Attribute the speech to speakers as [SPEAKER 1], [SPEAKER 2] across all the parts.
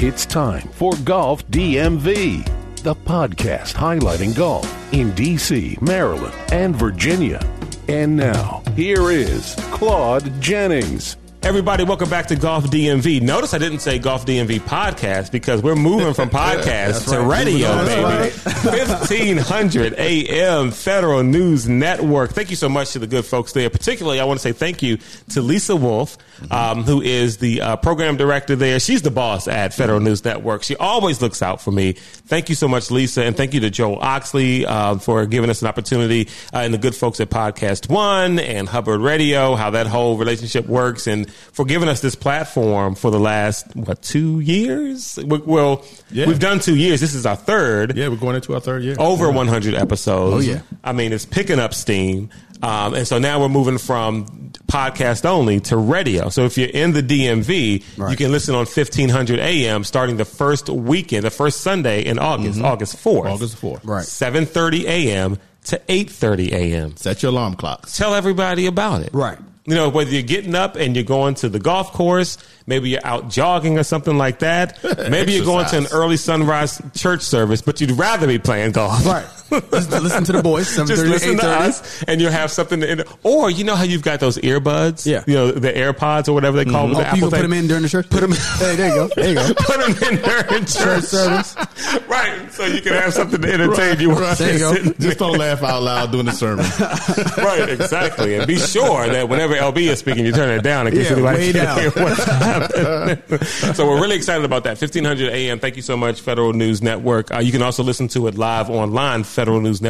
[SPEAKER 1] It's time for Golf DMV, the podcast highlighting golf in D.C., Maryland, and Virginia. And now, here is Claude Jennings.
[SPEAKER 2] Everybody, welcome back to Golf DMV. Notice I didn't say Golf DMV podcast because we're moving from podcast to radio, baby. 1500 AM Federal News Network. Thank you so much to the good folks there. Particularly, I want to say thank you to Lisa Wolf, um, who is the uh, program director there. She's the boss at Federal News Network. She always looks out for me. Thank you so much, Lisa. And thank you to Joel Oxley uh, for giving us an opportunity uh, and the good folks at Podcast One and Hubbard Radio, how that whole relationship works, and for giving us this platform for the last, what, two years? We- Well,
[SPEAKER 3] Yeah.
[SPEAKER 2] we've done two years. This is our third
[SPEAKER 3] Yeah, we're going into our third year.
[SPEAKER 2] over 100 episodes.
[SPEAKER 3] Oh, yeah.
[SPEAKER 2] I mean, it's picking up steam. Um, and so now we're moving from podcast only to radio. So if you're in the DMV, you can listen on 1500 AM starting the first weekend, the first Sunday in August, August 4th.
[SPEAKER 3] Mm-hmm. August 4th.
[SPEAKER 4] Right.
[SPEAKER 2] 7:30 AM to 8:30 AM.
[SPEAKER 3] Set your alarm clocks.
[SPEAKER 2] Tell everybody about it.
[SPEAKER 4] Right.
[SPEAKER 2] You know, whether you're getting up and you're going to the golf course, maybe you're out jogging or something like that. Maybe you're going to an
[SPEAKER 3] Exercise.
[SPEAKER 2] early sunrise church service, but you'd rather be playing golf.
[SPEAKER 4] Right. Just listen to the boys. 7:30
[SPEAKER 2] Just listen to
[SPEAKER 4] 8:30.
[SPEAKER 2] us, and you'll have something. To, or you know how you've got those earbuds,
[SPEAKER 4] Yeah.
[SPEAKER 2] You know the AirPods or whatever they call them.
[SPEAKER 4] Oh,
[SPEAKER 2] the
[SPEAKER 4] you
[SPEAKER 2] Apple
[SPEAKER 4] can put them
[SPEAKER 2] thing.
[SPEAKER 4] in during the church. Put them. Hey, there you go. There you go.
[SPEAKER 2] Put 'em in during
[SPEAKER 4] Church
[SPEAKER 2] church,
[SPEAKER 4] service.
[SPEAKER 2] right? So you can have something to entertain you. while
[SPEAKER 4] There you
[SPEAKER 2] you're
[SPEAKER 4] go.
[SPEAKER 2] sitting there.
[SPEAKER 3] Just don't laugh out loud during the sermon.
[SPEAKER 2] right, exactly. And be sure that whenever LB is speaking, you turn it down in case
[SPEAKER 4] Yeah,
[SPEAKER 2] anybody
[SPEAKER 4] way
[SPEAKER 2] can
[SPEAKER 4] down.
[SPEAKER 2] hear what's happening. so we're really excited about that. 1500 AM. Thank you so much, Federal News Network. Uh, you can also listen to it live online,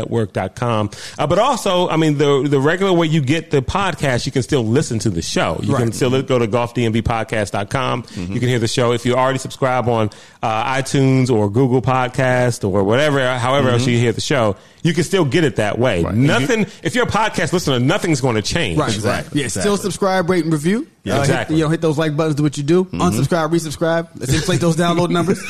[SPEAKER 2] federalnewsnetwork.com. Uh, but also, I mean, the, the regular way you get the podcast, you can still listen to the show. You can
[SPEAKER 4] Right. Mm-hmm.
[SPEAKER 2] still go to golfdmvpodcast.com. You can hear the show. If you already subscribe on uh, iTunes or Google Podcast or whatever, however
[SPEAKER 4] Mm-hmm.
[SPEAKER 2] else you hear the show, you can still get it that way.
[SPEAKER 3] Right.
[SPEAKER 2] Nothing, if you're a podcast listener, nothing's going to change.
[SPEAKER 4] Right.
[SPEAKER 3] Exactly.
[SPEAKER 4] Yeah.
[SPEAKER 3] Exactly.
[SPEAKER 4] Still subscribe, rate, and review. Uh,
[SPEAKER 2] Yeah,
[SPEAKER 4] hit-
[SPEAKER 2] exactly. Mm-hmm.
[SPEAKER 4] you know, hit those like buttons. Do what you do. Unsubscribe, resubscribe. Let's inflate those download numbers.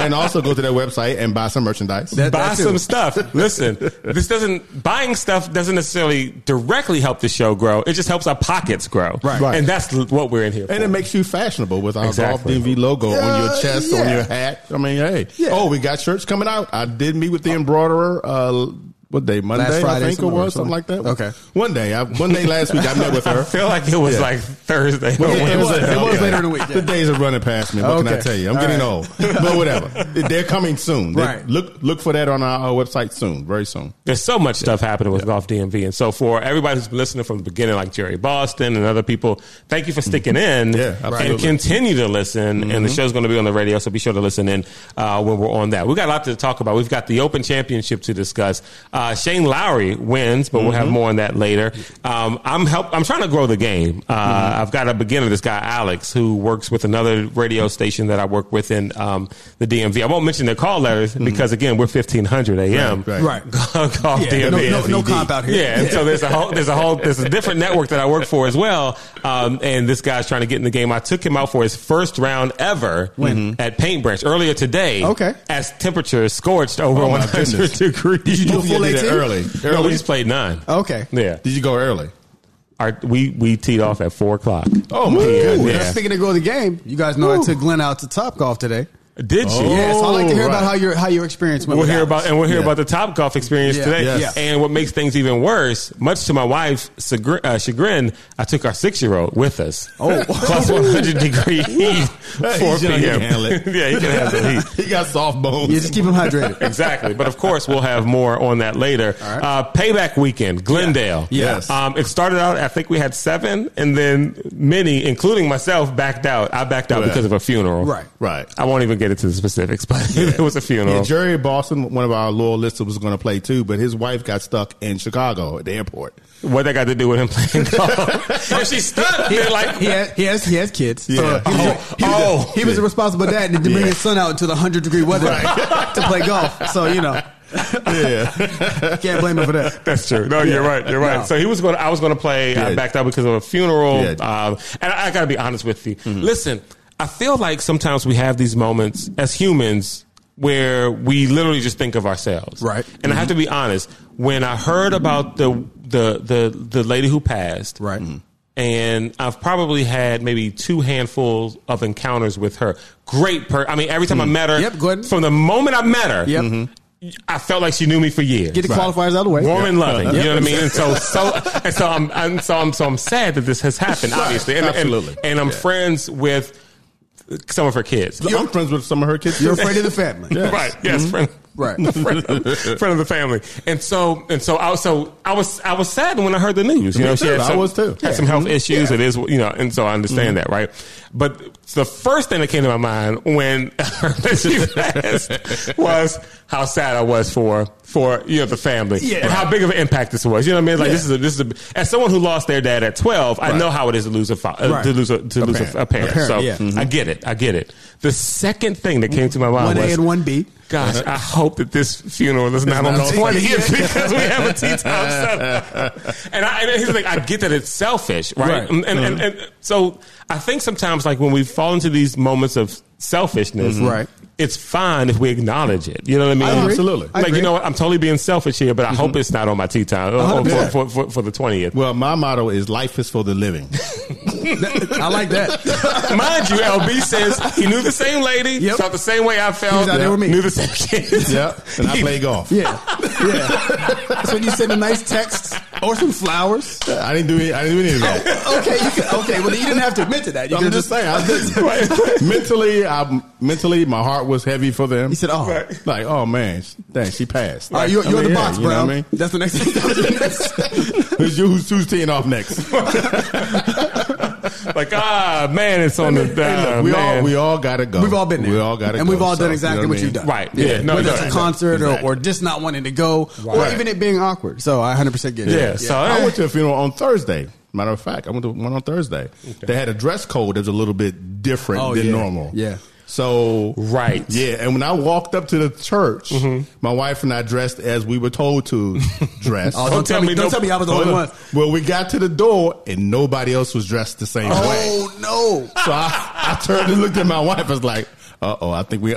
[SPEAKER 3] and also go to their website and buy some merchandise.
[SPEAKER 4] That-
[SPEAKER 2] Buy
[SPEAKER 4] too.
[SPEAKER 2] some stuff. Listen, this doesn't buying stuff doesn't necessarily directly help the show grow. It just helps our pockets grow.
[SPEAKER 4] Right.
[SPEAKER 3] Right.
[SPEAKER 2] And that's l- what we're in here.
[SPEAKER 3] and
[SPEAKER 2] for.
[SPEAKER 3] it makes you fashionable with our
[SPEAKER 2] Exactly.
[SPEAKER 3] Golf DV logo on your chest, on
[SPEAKER 4] yeah.
[SPEAKER 3] your hat. I mean, hey.
[SPEAKER 4] Yeah.
[SPEAKER 3] Oh, we got shirts coming out. I did meet with the embroiderer. Uh, what day? Monday,
[SPEAKER 4] Friday,
[SPEAKER 3] I think it
[SPEAKER 4] somewhere,
[SPEAKER 3] was, something like that.
[SPEAKER 4] Okay.
[SPEAKER 3] One day, I, one day last week, I met with her.
[SPEAKER 2] I feel like it was
[SPEAKER 3] Yeah.
[SPEAKER 2] like Thursday.
[SPEAKER 3] Well,
[SPEAKER 2] or
[SPEAKER 3] it, was,
[SPEAKER 2] Wednesday.
[SPEAKER 3] it was
[SPEAKER 2] Okay.
[SPEAKER 3] later in the
[SPEAKER 4] week,
[SPEAKER 3] week.
[SPEAKER 4] yeah.
[SPEAKER 3] The days are running past me. What can I
[SPEAKER 4] Okay.
[SPEAKER 3] tell you? I'm
[SPEAKER 4] All
[SPEAKER 3] getting
[SPEAKER 4] right.
[SPEAKER 3] old, but whatever. They're coming soon. They-
[SPEAKER 4] Right.
[SPEAKER 3] Look, look for that on our, our website soon, very soon.
[SPEAKER 2] There's so much stuff happening with Golf DMV. And so for everybody who's been listening from the beginning, like Jerry Boston and other people, thank you for sticking in
[SPEAKER 3] Yeah,
[SPEAKER 2] and
[SPEAKER 3] absolutely.
[SPEAKER 2] continue to listen. And the show's going to be on the radio, so be sure to listen in uh, when we're on that. We've got a lot to talk about. We've got the Open Championship to discuss. Uh, Shane Lowry wins, but we'll have more on that later. Um, I'm help. I'm trying to grow the game. Uh, I've got a beginner, this guy Alex, who works with another radio station that I work with in um, the DMV. I won't mention their call letters because again, we're 1500 a.m.
[SPEAKER 3] Right,
[SPEAKER 4] right.
[SPEAKER 2] Golf
[SPEAKER 4] Yeah,
[SPEAKER 2] DMV.
[SPEAKER 4] no- no- no cop out here.
[SPEAKER 2] Yeah, and so there's a whole there's a whole there's a different network that I work for as well. Um, and this guy's trying to get in the game. I took him out for his first round ever at Paintbrush earlier today.
[SPEAKER 4] Okay.
[SPEAKER 2] as temperatures scorched over
[SPEAKER 3] Oh, my
[SPEAKER 2] 100
[SPEAKER 3] goodness.
[SPEAKER 2] degrees. Did
[SPEAKER 3] you do a full
[SPEAKER 2] did it
[SPEAKER 3] 18?
[SPEAKER 2] early?
[SPEAKER 3] Early? Oh.
[SPEAKER 2] No, we just played nine.
[SPEAKER 4] Okay.
[SPEAKER 2] Yeah,
[SPEAKER 3] Did you go early?
[SPEAKER 2] Our, we we teed off at four o'clock.
[SPEAKER 3] Oh my
[SPEAKER 2] Ooh.
[SPEAKER 3] goodness.
[SPEAKER 4] Ooh,
[SPEAKER 2] Yeah.
[SPEAKER 4] Speaking of go to the game, you guys know I took Glenn out to Top Golf today.
[SPEAKER 2] Did you?
[SPEAKER 3] Oh.
[SPEAKER 4] Yeah, so I like to hear
[SPEAKER 3] right.
[SPEAKER 4] about how your how your experience went.
[SPEAKER 2] We'll
[SPEAKER 4] with
[SPEAKER 2] hear about
[SPEAKER 4] Alex.
[SPEAKER 2] and we'll hear
[SPEAKER 3] Yeah.
[SPEAKER 2] about the Top Golf experience
[SPEAKER 4] Yeah.
[SPEAKER 2] today.
[SPEAKER 4] Yes.
[SPEAKER 2] And what makes things even worse, much to my wife's chagrin, uh, chagrin I took our six year old with us.
[SPEAKER 4] Oh.
[SPEAKER 2] plus one hundred degree heat, four
[SPEAKER 3] young,
[SPEAKER 2] p.m.
[SPEAKER 3] he can handle it.
[SPEAKER 2] yeah, you can have the heat.
[SPEAKER 3] He got soft bones.
[SPEAKER 4] Yeah, just keep him hydrated.
[SPEAKER 2] Exactly, but of course we'll have more on that later.
[SPEAKER 4] right.
[SPEAKER 2] Uh, payback weekend, Glendale.
[SPEAKER 3] Yeah. Yes.
[SPEAKER 2] um, it started out. I think we had seven, and then many, including myself, backed out. I backed out
[SPEAKER 3] Right.
[SPEAKER 2] because of a funeral.
[SPEAKER 4] Right.
[SPEAKER 3] right.
[SPEAKER 2] I won't even get into the specifics, but it was a funeral.
[SPEAKER 3] Yeah, Jerry Boston, one of our loyal listeners, was going to play too, but his wife got stuck in Chicago at the airport.
[SPEAKER 2] What that got to do with him playing golf? and she stuck. They're like,
[SPEAKER 4] he, has, he has he has kids. So
[SPEAKER 3] Yeah.
[SPEAKER 4] he, was a-
[SPEAKER 2] Oh,
[SPEAKER 4] he was a,
[SPEAKER 2] oh.
[SPEAKER 4] he was a responsible dad and didn't bring
[SPEAKER 3] Yeah.
[SPEAKER 4] his son out into the hundred degree weather to play golf. So you know,
[SPEAKER 3] Yeah.
[SPEAKER 4] can't blame him for that.
[SPEAKER 2] That's true. No, you're right. You're right.
[SPEAKER 4] No.
[SPEAKER 2] So he was going. to I was going to play. I
[SPEAKER 3] Yeah.
[SPEAKER 2] backed out because of a funeral.
[SPEAKER 3] Yeah.
[SPEAKER 2] Um, and I, got to be honest with you.
[SPEAKER 4] Mm-hmm.
[SPEAKER 2] Listen, I feel like sometimes we have these moments as humans where we literally just think of ourselves.
[SPEAKER 4] Right.
[SPEAKER 2] And I have to be honest. When I heard about the the the the lady who passed.
[SPEAKER 4] Right. Mm-hmm.
[SPEAKER 2] and I've probably had maybe two handfuls of encounters with her. Great per I mean, every time I met her,
[SPEAKER 4] Mm-hmm. Yep, go ahead.
[SPEAKER 2] from the moment I met her,
[SPEAKER 4] Yep.
[SPEAKER 2] I felt like she knew me for years.
[SPEAKER 4] Get the qualifiers out of the way.
[SPEAKER 2] Warm and loving, you
[SPEAKER 4] Yep.
[SPEAKER 2] know what I mean, and so so and so I'm, I'm so I'm so I'm sad that this has happened, obviously, and, and-
[SPEAKER 3] Absolutely.
[SPEAKER 2] and, I'm friends with some of her kids,
[SPEAKER 3] I'm friends with some of her kids.
[SPEAKER 4] You're
[SPEAKER 3] too.
[SPEAKER 4] afraid of the fat man.
[SPEAKER 2] right? Yes, friend,
[SPEAKER 4] Right.
[SPEAKER 2] friend, of, friend of the family, and so and so I was so I was I was sad when I heard the news. You
[SPEAKER 3] Me
[SPEAKER 2] know, she
[SPEAKER 3] too.
[SPEAKER 2] had
[SPEAKER 3] I
[SPEAKER 2] some,
[SPEAKER 3] was too.
[SPEAKER 2] Had some health issues. It is you know, and so I understand that, right? But the first thing that came to my mind when she passed was how sad I was for for you know the family
[SPEAKER 4] Yeah.
[SPEAKER 2] and how big of an impact this was. You know what I mean? Like
[SPEAKER 4] Yeah.
[SPEAKER 2] this is a, this is a, as someone who lost their dad at twelve, I know how it is to lose a fa- uh,
[SPEAKER 4] Right.
[SPEAKER 2] to lose a, to lose
[SPEAKER 3] parent.
[SPEAKER 2] a, a parent.
[SPEAKER 4] A parent,
[SPEAKER 2] So
[SPEAKER 4] yeah. Mhm.
[SPEAKER 2] I get it. I get it. The second thing that came to my mind
[SPEAKER 4] One A
[SPEAKER 2] was
[SPEAKER 4] and one B.
[SPEAKER 2] Gosh, I hope that this funeral is not on the
[SPEAKER 3] not on the
[SPEAKER 2] 20th because we have a tea time set up. And, I, and here's the thing, I get that it's selfish, right? Uh-huh.
[SPEAKER 4] Right.
[SPEAKER 2] And, and, and, and so I think sometimes, like, when we fall into these moments of selfishness,
[SPEAKER 4] Right.
[SPEAKER 2] it's fine if we acknowledge it. You know what Mm-hmm. I Mm-hmm. mean?
[SPEAKER 3] I agree. Absolutely.
[SPEAKER 4] I
[SPEAKER 2] Like,
[SPEAKER 4] agree.
[SPEAKER 2] you know what? I'm totally being selfish here, but I hope it's not on my tea time or for,
[SPEAKER 4] 100%.
[SPEAKER 2] for, for, for the 20th.
[SPEAKER 3] Well, my motto is life is for the living.
[SPEAKER 4] I like that.
[SPEAKER 2] Mind you, LB says he knew the same lady,
[SPEAKER 4] Yep.
[SPEAKER 2] felt the same way I felt,
[SPEAKER 4] out there with me.
[SPEAKER 2] knew the same kids.
[SPEAKER 3] yep. And I play golf.
[SPEAKER 4] Yeah. Yeah. so you send a nice text or some flowers.
[SPEAKER 3] I didn't do any, I didn't do any of that.
[SPEAKER 4] Okay. You can, okay. Well, you didn't have to admit to that. You
[SPEAKER 3] I'm
[SPEAKER 4] could've
[SPEAKER 3] just saying. I did- mentally, I mentally, my heart was heavy for them.
[SPEAKER 4] You said, "Oh,
[SPEAKER 3] like, oh man, sh- dang, she passed."
[SPEAKER 4] all right,
[SPEAKER 3] Like,
[SPEAKER 4] you're,
[SPEAKER 3] I
[SPEAKER 4] you're
[SPEAKER 3] mean,
[SPEAKER 4] the
[SPEAKER 3] yeah,
[SPEAKER 4] box,
[SPEAKER 3] you know
[SPEAKER 4] Brown.
[SPEAKER 3] what I mean?
[SPEAKER 4] That's the next thing. That was the next.
[SPEAKER 3] Who's, you- who's, who's teeing off next?
[SPEAKER 2] like ah man, it's on the
[SPEAKER 3] Hey,
[SPEAKER 2] uh,
[SPEAKER 3] look, we
[SPEAKER 2] man.
[SPEAKER 3] all we all gotta go.
[SPEAKER 4] We've all been there.
[SPEAKER 3] We all gotta,
[SPEAKER 4] and
[SPEAKER 3] go.
[SPEAKER 4] we've all
[SPEAKER 3] So,
[SPEAKER 4] done
[SPEAKER 3] you
[SPEAKER 4] exactly
[SPEAKER 3] know I
[SPEAKER 4] what,
[SPEAKER 3] mean?
[SPEAKER 4] you've done.
[SPEAKER 2] Right. Yeah. No,
[SPEAKER 4] Whether it's a
[SPEAKER 2] exactly.
[SPEAKER 4] concert
[SPEAKER 3] Exactly.
[SPEAKER 4] or, or just not wanting to go, or
[SPEAKER 3] Right.
[SPEAKER 4] even it being awkward. So I 100 percent get it.
[SPEAKER 2] yeah, So
[SPEAKER 3] I went to a funeral on Thursday. Matter of fact, I went to one on Thursday. They had a dress code that was a little bit different
[SPEAKER 4] Oh,
[SPEAKER 3] than
[SPEAKER 4] yeah.
[SPEAKER 3] normal.
[SPEAKER 4] Yeah.
[SPEAKER 3] So
[SPEAKER 2] Right.
[SPEAKER 3] Yeah, and when I walked up to the church, my wife and I dressed as we were told to dress.
[SPEAKER 4] Oh, don't, tell me. Don't
[SPEAKER 2] no-
[SPEAKER 4] tell me I was the only one.
[SPEAKER 3] Well, we got to the door and nobody else was dressed the same way.
[SPEAKER 4] Oh no.
[SPEAKER 3] So I, I turned and looked at my wife. I was like, uh oh, I think we're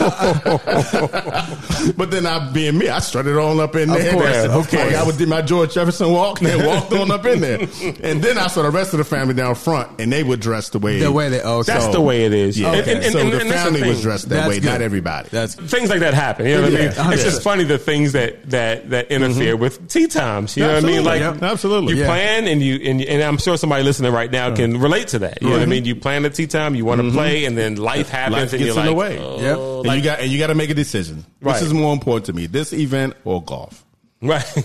[SPEAKER 3] underdressed. but then I, being me, I strutted on up in
[SPEAKER 4] Of
[SPEAKER 3] there.
[SPEAKER 4] course,
[SPEAKER 3] Like,
[SPEAKER 4] of course.
[SPEAKER 3] I was, did my George Jefferson walk and walked on up in there. And then I saw the rest of the family down front and they were dressed the way
[SPEAKER 4] The way they- oh, okay.
[SPEAKER 2] That's the way it is.
[SPEAKER 3] Yeah.
[SPEAKER 2] And- and- and-
[SPEAKER 3] so
[SPEAKER 2] and-
[SPEAKER 3] the
[SPEAKER 2] and that's the
[SPEAKER 3] family was
[SPEAKER 2] thing.
[SPEAKER 3] dressed that
[SPEAKER 4] That's
[SPEAKER 3] way,
[SPEAKER 4] good.
[SPEAKER 3] not everybody.
[SPEAKER 4] That's
[SPEAKER 2] Things like that happen. You know what
[SPEAKER 3] Yeah, Mm-hmm.
[SPEAKER 2] I mean? It's
[SPEAKER 4] 100%.
[SPEAKER 2] just funny the things that that that interfere with tea times. You know what I
[SPEAKER 3] Absolutely.
[SPEAKER 2] mean? Like
[SPEAKER 3] Yep. Absolutely.
[SPEAKER 2] you
[SPEAKER 3] Yeah.
[SPEAKER 2] plan and you and, you- and I'm sure somebody listening right now can relate to that. You know what I mean? You plan a tea time, you want to play, and then life happens,
[SPEAKER 3] Mm-hmm. life
[SPEAKER 2] and
[SPEAKER 3] gets
[SPEAKER 2] you're
[SPEAKER 3] in
[SPEAKER 2] like,
[SPEAKER 3] the way.
[SPEAKER 2] oh,
[SPEAKER 4] Yep.
[SPEAKER 3] And you got and you got to make a decision.
[SPEAKER 2] Right.
[SPEAKER 3] This is more important to me: this event or golf.
[SPEAKER 2] right.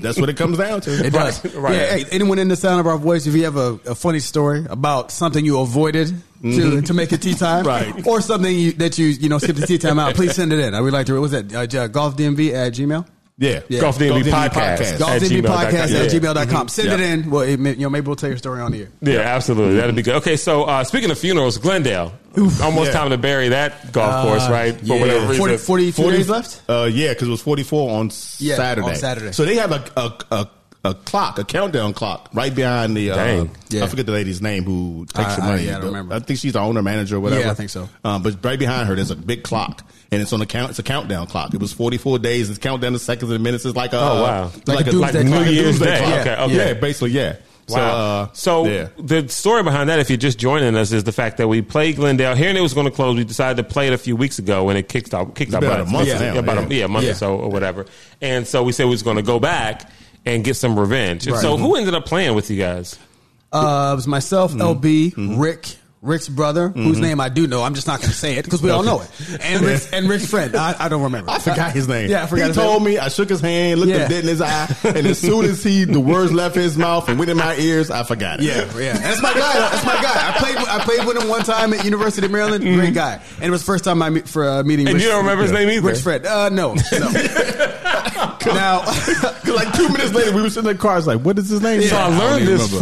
[SPEAKER 3] That's what it comes down to.
[SPEAKER 4] It does.
[SPEAKER 2] Right, right.
[SPEAKER 4] Yeah, hey, anyone in the sound of our voice, if you have a, a funny story about something you avoided to, to make a tea time,
[SPEAKER 3] Right.
[SPEAKER 4] or something you, that you you know skipped the tea time out, please send it in. I would like to. What was that? Uh, J- golfdmv at gmail.
[SPEAKER 3] Yeah.
[SPEAKER 4] Yeah.
[SPEAKER 2] Golf DMV podcast. Golf- At
[SPEAKER 4] golfdmv podcast
[SPEAKER 2] gmail.com.
[SPEAKER 4] at
[SPEAKER 2] Yeah.
[SPEAKER 4] gmail.com. Send it
[SPEAKER 3] Yeah.
[SPEAKER 4] in. Well, it, may- you know, maybe we'll tell your story on the air.
[SPEAKER 2] Yeah, absolutely. That'd be good. Okay, so uh, speaking of funerals, Glendale. Almost
[SPEAKER 3] Mm-hmm. Yeah. Uh,
[SPEAKER 2] time to bury that golf course,
[SPEAKER 4] Uh,
[SPEAKER 2] right? For
[SPEAKER 3] yeah.
[SPEAKER 2] whatever reason.
[SPEAKER 4] 40, 42 days left.
[SPEAKER 3] Uh, yeah, because it was forty four on
[SPEAKER 4] Yeah,
[SPEAKER 3] Saturday.
[SPEAKER 4] on Saturday.
[SPEAKER 3] So they have a a, a a clock, a countdown clock, right behind the. Uh,
[SPEAKER 2] Dang.
[SPEAKER 4] Yeah.
[SPEAKER 3] I forget the lady's name who
[SPEAKER 4] I-
[SPEAKER 3] takes the
[SPEAKER 4] I-
[SPEAKER 3] money.
[SPEAKER 4] yeah, I don't remember.
[SPEAKER 3] I think she's the owner, manager, or whatever.
[SPEAKER 4] Yeah, I think so.
[SPEAKER 3] Um, but right behind her, there's a big clock, and it's on the count. It's a countdown clock. It was forty four days. It's countdown to seconds and minutes. It's like a
[SPEAKER 2] Oh, wow.
[SPEAKER 3] it's like,
[SPEAKER 4] Like a
[SPEAKER 3] a,
[SPEAKER 4] doomsday
[SPEAKER 3] like
[SPEAKER 4] clock.
[SPEAKER 3] a
[SPEAKER 4] New
[SPEAKER 2] Year's
[SPEAKER 3] doomsday
[SPEAKER 2] Day.
[SPEAKER 3] clock.
[SPEAKER 2] Okay, okay.
[SPEAKER 3] Yeah, basically, yeah.
[SPEAKER 2] Wow.
[SPEAKER 3] So,
[SPEAKER 2] So,
[SPEAKER 3] uh, yeah.
[SPEAKER 2] the story behind that, if you're just joining us, is the fact that we played Glendale here and it was going to close. We decided to play it a few weeks ago when it kicked out. Kicked out
[SPEAKER 3] been about a month now,
[SPEAKER 2] about a,
[SPEAKER 3] yeah.
[SPEAKER 2] yeah, a month
[SPEAKER 4] Yeah.
[SPEAKER 2] or so or whatever. And so we said we was going to go back and get some revenge. And
[SPEAKER 4] Right.
[SPEAKER 2] so
[SPEAKER 3] Mm-hmm.
[SPEAKER 2] who ended up playing with you guys?
[SPEAKER 4] Uh, it was myself, LB, Rick, Rick's brother, whose name I do know. I'm just not going to say it because we all know it. And Rick's, and Rick's friend. I, I don't remember.
[SPEAKER 3] I forgot his name.
[SPEAKER 4] Yeah, I forgot
[SPEAKER 3] He
[SPEAKER 4] his
[SPEAKER 3] told me. I shook his hand, looked
[SPEAKER 4] Yeah.
[SPEAKER 3] him dead in his eye, and as soon as he the words left his mouth and went in my ears, I forgot it.
[SPEAKER 4] Yeah, yeah. And that's my guy. That's my guy. I played. I played with him one time at University of Maryland. Great guy. And it was the first time I meet for uh, meeting.
[SPEAKER 2] And you don't remember his name either?
[SPEAKER 4] Rick's friend. Uh, no, no. now,
[SPEAKER 3] Cause like two minutes later, we were sitting in the car. I was like, "What is his name?"
[SPEAKER 2] So I
[SPEAKER 3] don't
[SPEAKER 2] learned
[SPEAKER 3] even
[SPEAKER 2] this
[SPEAKER 3] remember.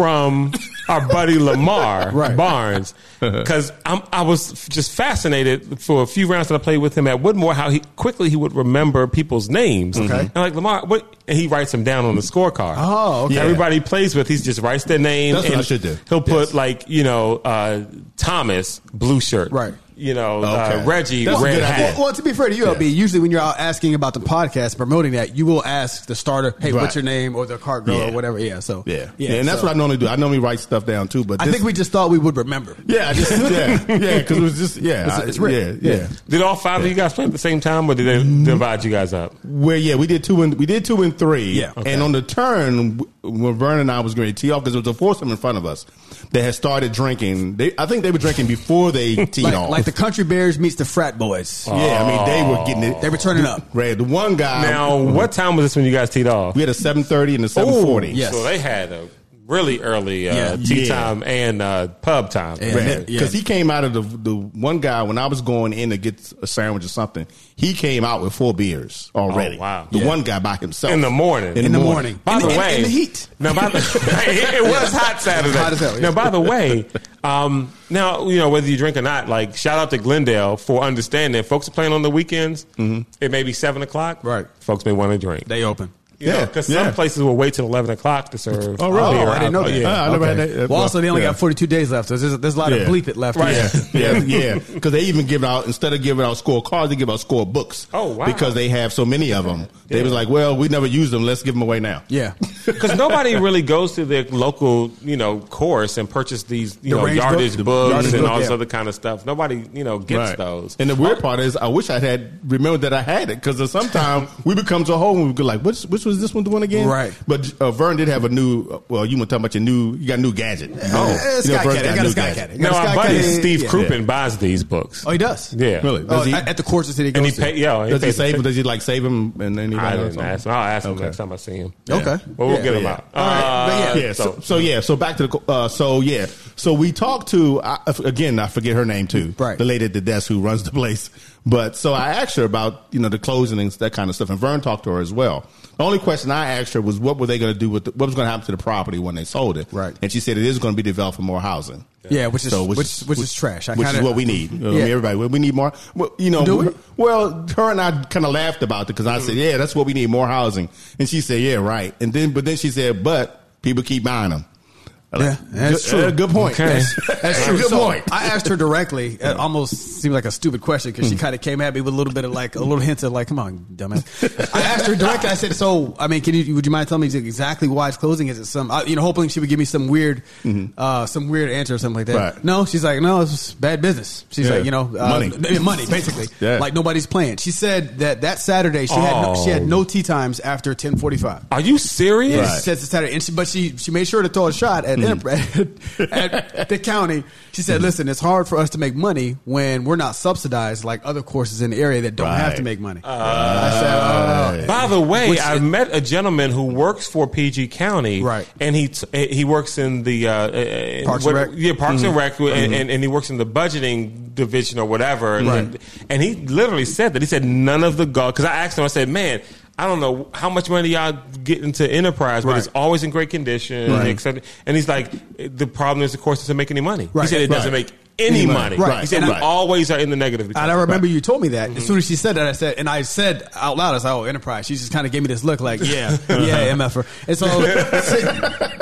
[SPEAKER 2] from our buddy Lamar
[SPEAKER 4] Right.
[SPEAKER 2] Barnes because I was just fascinated for a few rounds that I played with him at Woodmore how he quickly he would remember people's names.
[SPEAKER 4] Okay.
[SPEAKER 2] and like Lamar, what? And he writes them down on the scorecard.
[SPEAKER 4] Oh, okay.
[SPEAKER 2] Yeah. Everybody he plays with, he just writes their name.
[SPEAKER 3] That's what
[SPEAKER 2] and
[SPEAKER 3] I should do.
[SPEAKER 2] He'll put
[SPEAKER 3] Yes.
[SPEAKER 2] like you know uh, Thomas blue shirt.
[SPEAKER 4] Right.
[SPEAKER 2] you know, uh,
[SPEAKER 3] Okay.
[SPEAKER 2] Reggie
[SPEAKER 3] That's a
[SPEAKER 2] Red
[SPEAKER 3] good idea.
[SPEAKER 2] Hat.
[SPEAKER 3] Yeah.
[SPEAKER 4] Well, well, to be fair to you, LB, usually when you're out asking about the podcast, promoting that, you will ask the starter, "Hey,
[SPEAKER 3] Right.
[SPEAKER 4] what's your name?" or the cart girl
[SPEAKER 3] Yeah.
[SPEAKER 4] or whatever. Yeah, so
[SPEAKER 3] Yeah. yeah, and that's what I normally do. I normally write stuff down too, but
[SPEAKER 4] I
[SPEAKER 3] this-
[SPEAKER 4] think we just thought we would remember.
[SPEAKER 3] yeah, I just, yeah, yeah, because it was just yeah,
[SPEAKER 4] It's-
[SPEAKER 3] I-
[SPEAKER 4] it's written.
[SPEAKER 3] yeah, yeah. Mm-hmm. Um,
[SPEAKER 2] Did all five of you guys play at the same time, or did they divide you guys up?
[SPEAKER 3] Well, yeah, we did two and we did two and three.
[SPEAKER 4] Yeah. Okay.
[SPEAKER 3] and on the turn, w- when Vern and I was going to tee off because there was a foursome in front of us that had started drinking. They, I think they were drinking before they teed
[SPEAKER 4] Like,
[SPEAKER 3] off.
[SPEAKER 4] like the Country Bears meets the Frat Boys.
[SPEAKER 3] yeah, I mean they were getting it.
[SPEAKER 4] They were turning up.
[SPEAKER 3] Red. The one guy
[SPEAKER 2] Now, what time was this when you guys teed off?
[SPEAKER 3] we had a seven thirty and a seven forty.
[SPEAKER 4] yes.
[SPEAKER 2] So they had a really early uh,
[SPEAKER 4] Yeah.
[SPEAKER 2] tea
[SPEAKER 3] Yeah.
[SPEAKER 2] time and uh, pub time.
[SPEAKER 4] Yeah.
[SPEAKER 3] Because
[SPEAKER 4] Yeah.
[SPEAKER 3] he came out of the the one guy when I was going in to get a sandwich or something, he came out with four beers already.
[SPEAKER 2] Oh, wow.
[SPEAKER 3] The
[SPEAKER 2] Yeah.
[SPEAKER 3] one guy by himself
[SPEAKER 2] In the morning.
[SPEAKER 4] In the morning.
[SPEAKER 2] By
[SPEAKER 4] In
[SPEAKER 2] the
[SPEAKER 4] in-
[SPEAKER 2] way,
[SPEAKER 4] in the heat.
[SPEAKER 2] Now, by the, it, it was hot Saturday.
[SPEAKER 4] Hot as hell, yeah.
[SPEAKER 2] Now, by the way, um, now you know whether you drink or not. Like, shout out to Glendale for understanding. Folks are playing on the weekends. It may be seven o'clock.
[SPEAKER 4] Mm-hmm. Right.
[SPEAKER 2] Folks may want to drink.
[SPEAKER 4] They open.
[SPEAKER 2] yeah,
[SPEAKER 3] Yeah,
[SPEAKER 2] because
[SPEAKER 3] yeah.
[SPEAKER 2] some places will wait till eleven o'clock to serve.
[SPEAKER 3] Oh, really?
[SPEAKER 2] beer
[SPEAKER 3] Oh, I
[SPEAKER 4] didn't know
[SPEAKER 2] alcohol.
[SPEAKER 4] that.
[SPEAKER 2] Yeah.
[SPEAKER 3] Uh, I never had that.
[SPEAKER 4] Well, also they only
[SPEAKER 3] Yeah.
[SPEAKER 4] got 42 days left. So there's, there's a lot
[SPEAKER 3] Yeah.
[SPEAKER 4] of bleep it left.
[SPEAKER 2] Right.
[SPEAKER 4] Yeah.
[SPEAKER 3] yeah, yeah. Because they even give out instead of giving out scorecards, they give out score books.
[SPEAKER 2] Oh, wow.
[SPEAKER 3] Because they have so many of them, they was like, "Well, we never use them. Let's give them away now."
[SPEAKER 4] Yeah.
[SPEAKER 2] Because nobody really goes to their local, you know, course and purchase these, you
[SPEAKER 4] The
[SPEAKER 2] know,
[SPEAKER 4] range
[SPEAKER 2] yardage
[SPEAKER 4] book?
[SPEAKER 2] books
[SPEAKER 4] Yardage
[SPEAKER 2] and
[SPEAKER 4] book,
[SPEAKER 2] all this
[SPEAKER 4] yeah.
[SPEAKER 2] other kind of stuff. Nobody, you know, gets those.
[SPEAKER 3] And the weird part is, I wish I had remembered that I had it because sometimes we become so whole and we go like, "Which which was this one doing again?"
[SPEAKER 4] Right.
[SPEAKER 3] But uh, Vern did have a new. uh, well, you were talking about your new. You got a new gadget. Oh,
[SPEAKER 4] Eh, Sky Cat. I got a Sky Cat. I
[SPEAKER 2] now
[SPEAKER 4] got a
[SPEAKER 2] our
[SPEAKER 4] Sky
[SPEAKER 2] buddy
[SPEAKER 4] Cat.
[SPEAKER 2] Steve
[SPEAKER 4] Yeah.
[SPEAKER 2] Crouppen buys these books.
[SPEAKER 4] Oh, he does.
[SPEAKER 2] yeah,
[SPEAKER 3] Really?
[SPEAKER 4] Oh,
[SPEAKER 3] Does he-
[SPEAKER 4] at the courses that he
[SPEAKER 2] And he
[SPEAKER 4] goes
[SPEAKER 2] pay,
[SPEAKER 4] to.
[SPEAKER 2] yeah,
[SPEAKER 3] Does he
[SPEAKER 2] pays
[SPEAKER 3] save
[SPEAKER 2] attention.
[SPEAKER 3] him? Does he like save him? And then he
[SPEAKER 2] I
[SPEAKER 3] write it or
[SPEAKER 2] didn't
[SPEAKER 3] something?
[SPEAKER 2] ask him. I'll ask him
[SPEAKER 3] Okay.
[SPEAKER 2] next time I see him.
[SPEAKER 4] Okay.
[SPEAKER 2] Well, we'll
[SPEAKER 3] Yeah,
[SPEAKER 2] get him
[SPEAKER 3] yeah.
[SPEAKER 2] out.
[SPEAKER 4] All right, but
[SPEAKER 2] Uh,
[SPEAKER 3] yeah. So,
[SPEAKER 2] so-
[SPEAKER 3] so yeah. So back to the. Uh, so yeah. So we talked to I, again. I forget her name too.
[SPEAKER 4] Right.
[SPEAKER 3] The lady at the desk who runs the place. But so I asked her about you know the closing and that kind of stuff, and Vern talked to her as well. The only question I asked her was what were they going to do with the, what was going to happen to the property when they sold it.
[SPEAKER 4] Right.
[SPEAKER 3] And she said it is going to be developed for more housing.
[SPEAKER 4] Yeah, which is
[SPEAKER 3] So,
[SPEAKER 4] which, which, is trash. I
[SPEAKER 3] which
[SPEAKER 4] kinda,
[SPEAKER 3] is what we need. You know what I
[SPEAKER 4] Yeah.
[SPEAKER 3] mean, everybody, we we need more. Well, you know,
[SPEAKER 4] Do we?
[SPEAKER 3] well, her and I kind of laughed about it because I said, "Yeah, that's what we need, more housing," and she said, "Yeah, right." And then, but then she said, "But people keep buying them."
[SPEAKER 4] Yeah,
[SPEAKER 3] good,
[SPEAKER 4] that's true.
[SPEAKER 3] uh, good point.
[SPEAKER 2] Okay.
[SPEAKER 4] That's true.
[SPEAKER 3] Good
[SPEAKER 4] So,
[SPEAKER 3] point.
[SPEAKER 4] I asked her directly. It almost seemed like a stupid question because she
[SPEAKER 3] Hmm.
[SPEAKER 4] kind of came at me with a little bit of like a little hint of like, "Come on, dumbass." I asked her directly. I said, "So, I mean, can you? Would you mind telling me exactly why it's closing? Is it some? I, you know, hoping she would give me some weird, uh, some weird answer or something like that.
[SPEAKER 3] Mm-hmm. Right.
[SPEAKER 4] No, she's like, no, it's just bad business. She's
[SPEAKER 3] Yeah.
[SPEAKER 4] like, you know, uh,
[SPEAKER 3] Money.
[SPEAKER 4] yeah, money, basically.
[SPEAKER 3] Yeah.
[SPEAKER 4] Like nobody's playing. She said that that Saturday she had no,
[SPEAKER 3] Oh.
[SPEAKER 4] she had no tea times after ten forty five.
[SPEAKER 2] Are you serious?
[SPEAKER 3] Right. Mm-hmm.
[SPEAKER 4] She says it's Saturday, and she, but she she made sure to throw a shot at Enterprise- at the county. She said, "Listen, it's hard for us to make money when we're not subsidized like other courses in the area that don't have to
[SPEAKER 3] Right.
[SPEAKER 4] make money." I said,
[SPEAKER 3] uh,
[SPEAKER 4] "Oh."
[SPEAKER 2] By the way,
[SPEAKER 4] Which-
[SPEAKER 2] I met a gentleman who works for PG County,
[SPEAKER 4] Right.
[SPEAKER 2] And he t- eh, he works in the uh, uh,
[SPEAKER 4] Parks
[SPEAKER 2] what-
[SPEAKER 4] and Rec? Mm-hmm.
[SPEAKER 2] yeah, Parks and Rec, and, and, and he works in the budgeting division or whatever. And,
[SPEAKER 4] Right.
[SPEAKER 2] and, he literally said that he said none of the golf because I asked him, I said, man. I don't know how much money y'all get into enterprise, but
[SPEAKER 4] Right.
[SPEAKER 2] it's always in great condition.
[SPEAKER 4] Right.
[SPEAKER 2] except- And he's like, the problem is, of course, it doesn't make any money. He
[SPEAKER 4] Right.
[SPEAKER 2] said it doesn't
[SPEAKER 3] Right.
[SPEAKER 2] make any money.
[SPEAKER 4] Right.
[SPEAKER 2] He said
[SPEAKER 4] And
[SPEAKER 2] we
[SPEAKER 4] I-
[SPEAKER 2] always are in the negative.
[SPEAKER 4] And I remember you told me
[SPEAKER 3] Mm-hmm.
[SPEAKER 4] that as soon as she said that, I said, and I said out loud, I was like, "Oh, Enterprise." She just kind of gave me this look, like, "Yeah, yeah, mf'er." And so she,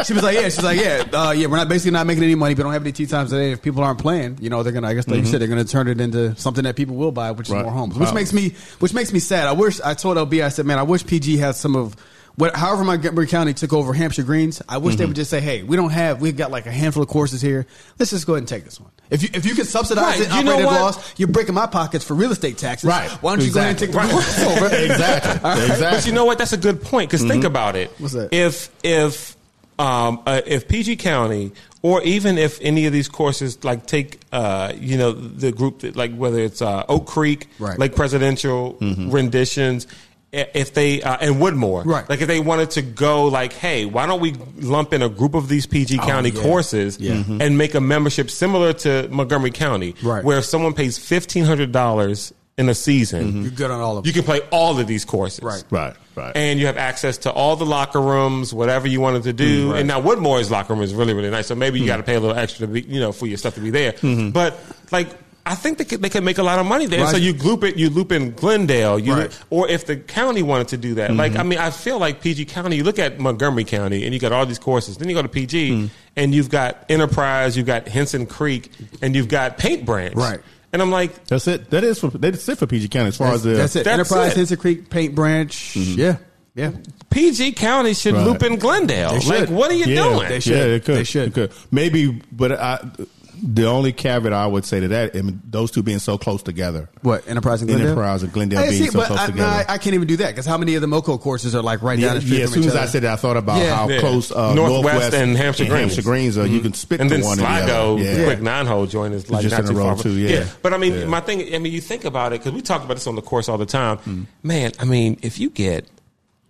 [SPEAKER 4] she was like, "Yeah," she's like, "Yeah, uh, yeah." We're not basically not making any money, but don't have any tea times today. If people aren't playing, you know, they're gonna. I guess like you said, they're gonna turn it into something that people will buy, which is
[SPEAKER 3] Mm-hmm. Right.
[SPEAKER 4] more homes. Which
[SPEAKER 3] Wow.
[SPEAKER 4] makes me, which makes me sad. I wish I told LB. I said, "Man, I wish PG had some of." What, however, Montgomery County took over Hampshire Greens. I wish
[SPEAKER 3] Mm-hmm.
[SPEAKER 4] they would just say, "Hey, we don't have. We've got like a handful of courses here. Let's just go ahead and take this one. If you if you can subsidize
[SPEAKER 2] Right,
[SPEAKER 4] it,
[SPEAKER 2] you know
[SPEAKER 4] operate at
[SPEAKER 2] what?
[SPEAKER 4] loss, you're breaking my pockets for real estate taxes.
[SPEAKER 3] Right.
[SPEAKER 4] Why don't you go ahead and take the over?
[SPEAKER 3] exactly. Exactly.
[SPEAKER 2] But you know what? That's a good point. Because think about it.
[SPEAKER 4] Mm-hmm. What's that?
[SPEAKER 2] If if um, uh, if PG County or even if any of these courses like take uh, you know the group that like whether it's uh, Oak Creek,
[SPEAKER 4] Right. Mm-hmm.
[SPEAKER 2] Lake Presidential renditions. i- If they uh, and Woodmore,
[SPEAKER 4] Right.
[SPEAKER 2] Like if they wanted to go, like, hey, why don't we lump in a group of these PG County
[SPEAKER 4] Oh, yeah.
[SPEAKER 2] courses
[SPEAKER 4] Yeah. Mm-hmm.
[SPEAKER 2] and make a membership similar to Montgomery County,
[SPEAKER 4] Right.
[SPEAKER 2] Where if someone pays fifteen hundred dollars in a season,
[SPEAKER 4] You're good on all of
[SPEAKER 2] you
[SPEAKER 4] them.
[SPEAKER 2] can play all of these courses,
[SPEAKER 4] Mm-hmm. Right.
[SPEAKER 3] right. Right.
[SPEAKER 2] and you have access to all the locker rooms, whatever you wanted to
[SPEAKER 4] Mm,
[SPEAKER 2] do. And now Woodmore's locker room is really, really nice. So maybe you got to pay a little extra to be, you know, for your stuff to be there. But like, I think they could, they could make a lot of money there.
[SPEAKER 4] Mm-hmm. Right.
[SPEAKER 2] So you loop it, you loop in Glendale, you,
[SPEAKER 4] Right. Mm-hmm.
[SPEAKER 2] or if the county wanted to do that. Like, I mean, I feel like PG County. You look at Montgomery County, and you got all these courses. Then you go to
[SPEAKER 4] Mm.
[SPEAKER 2] PG, and you've got Enterprise, you've got Henson Creek, and you've got Paint Branch.
[SPEAKER 4] Right.
[SPEAKER 2] And I'm like,
[SPEAKER 3] That's it. That is for that's it for PG County as far
[SPEAKER 4] That's,
[SPEAKER 3] as the
[SPEAKER 4] that's it.
[SPEAKER 2] That's
[SPEAKER 4] Enterprise,
[SPEAKER 2] it.
[SPEAKER 4] Henson Creek, Paint Branch.
[SPEAKER 3] Mm-hmm.
[SPEAKER 4] Yeah, yeah.
[SPEAKER 2] PG County should
[SPEAKER 3] Right.
[SPEAKER 2] loop in Glendale.
[SPEAKER 4] They should.
[SPEAKER 2] Like, what are you
[SPEAKER 3] yeah,
[SPEAKER 2] doing?
[SPEAKER 4] They
[SPEAKER 3] Yeah,
[SPEAKER 4] should.
[SPEAKER 3] they could.
[SPEAKER 4] They should.
[SPEAKER 3] could. Maybe, but I, the only caveat I would say to that, I mean, those two being so close together.
[SPEAKER 4] What Enterprise and Glendale?
[SPEAKER 3] Enterprise and Glendale
[SPEAKER 4] I
[SPEAKER 3] being
[SPEAKER 4] see,
[SPEAKER 3] so
[SPEAKER 4] but
[SPEAKER 3] close
[SPEAKER 4] I, no,
[SPEAKER 3] together.
[SPEAKER 4] I, I can't even do that because how many of the MoCo courses are like right
[SPEAKER 3] Yeah,
[SPEAKER 4] down the street
[SPEAKER 3] yeah, as
[SPEAKER 4] from
[SPEAKER 3] soon as
[SPEAKER 4] each other?
[SPEAKER 3] I said that, I thought about
[SPEAKER 4] Yeah. Mm-hmm.
[SPEAKER 3] how
[SPEAKER 2] Yeah.
[SPEAKER 3] close uh,
[SPEAKER 2] Northwest and Hampshire Greens.
[SPEAKER 3] Greens are. You can spit
[SPEAKER 2] and
[SPEAKER 3] the
[SPEAKER 2] then
[SPEAKER 3] one or the
[SPEAKER 2] Sligo,
[SPEAKER 3] other.
[SPEAKER 2] the quick nine hole joint is like
[SPEAKER 3] Just
[SPEAKER 2] not
[SPEAKER 3] in a
[SPEAKER 2] too
[SPEAKER 3] row,
[SPEAKER 2] far.
[SPEAKER 3] too, yeah.
[SPEAKER 2] but I mean,
[SPEAKER 3] Yeah.
[SPEAKER 2] my thing. I mean, you think about it because we talk about this on the course all the time.
[SPEAKER 3] Hmm.
[SPEAKER 2] Man, I mean, if you get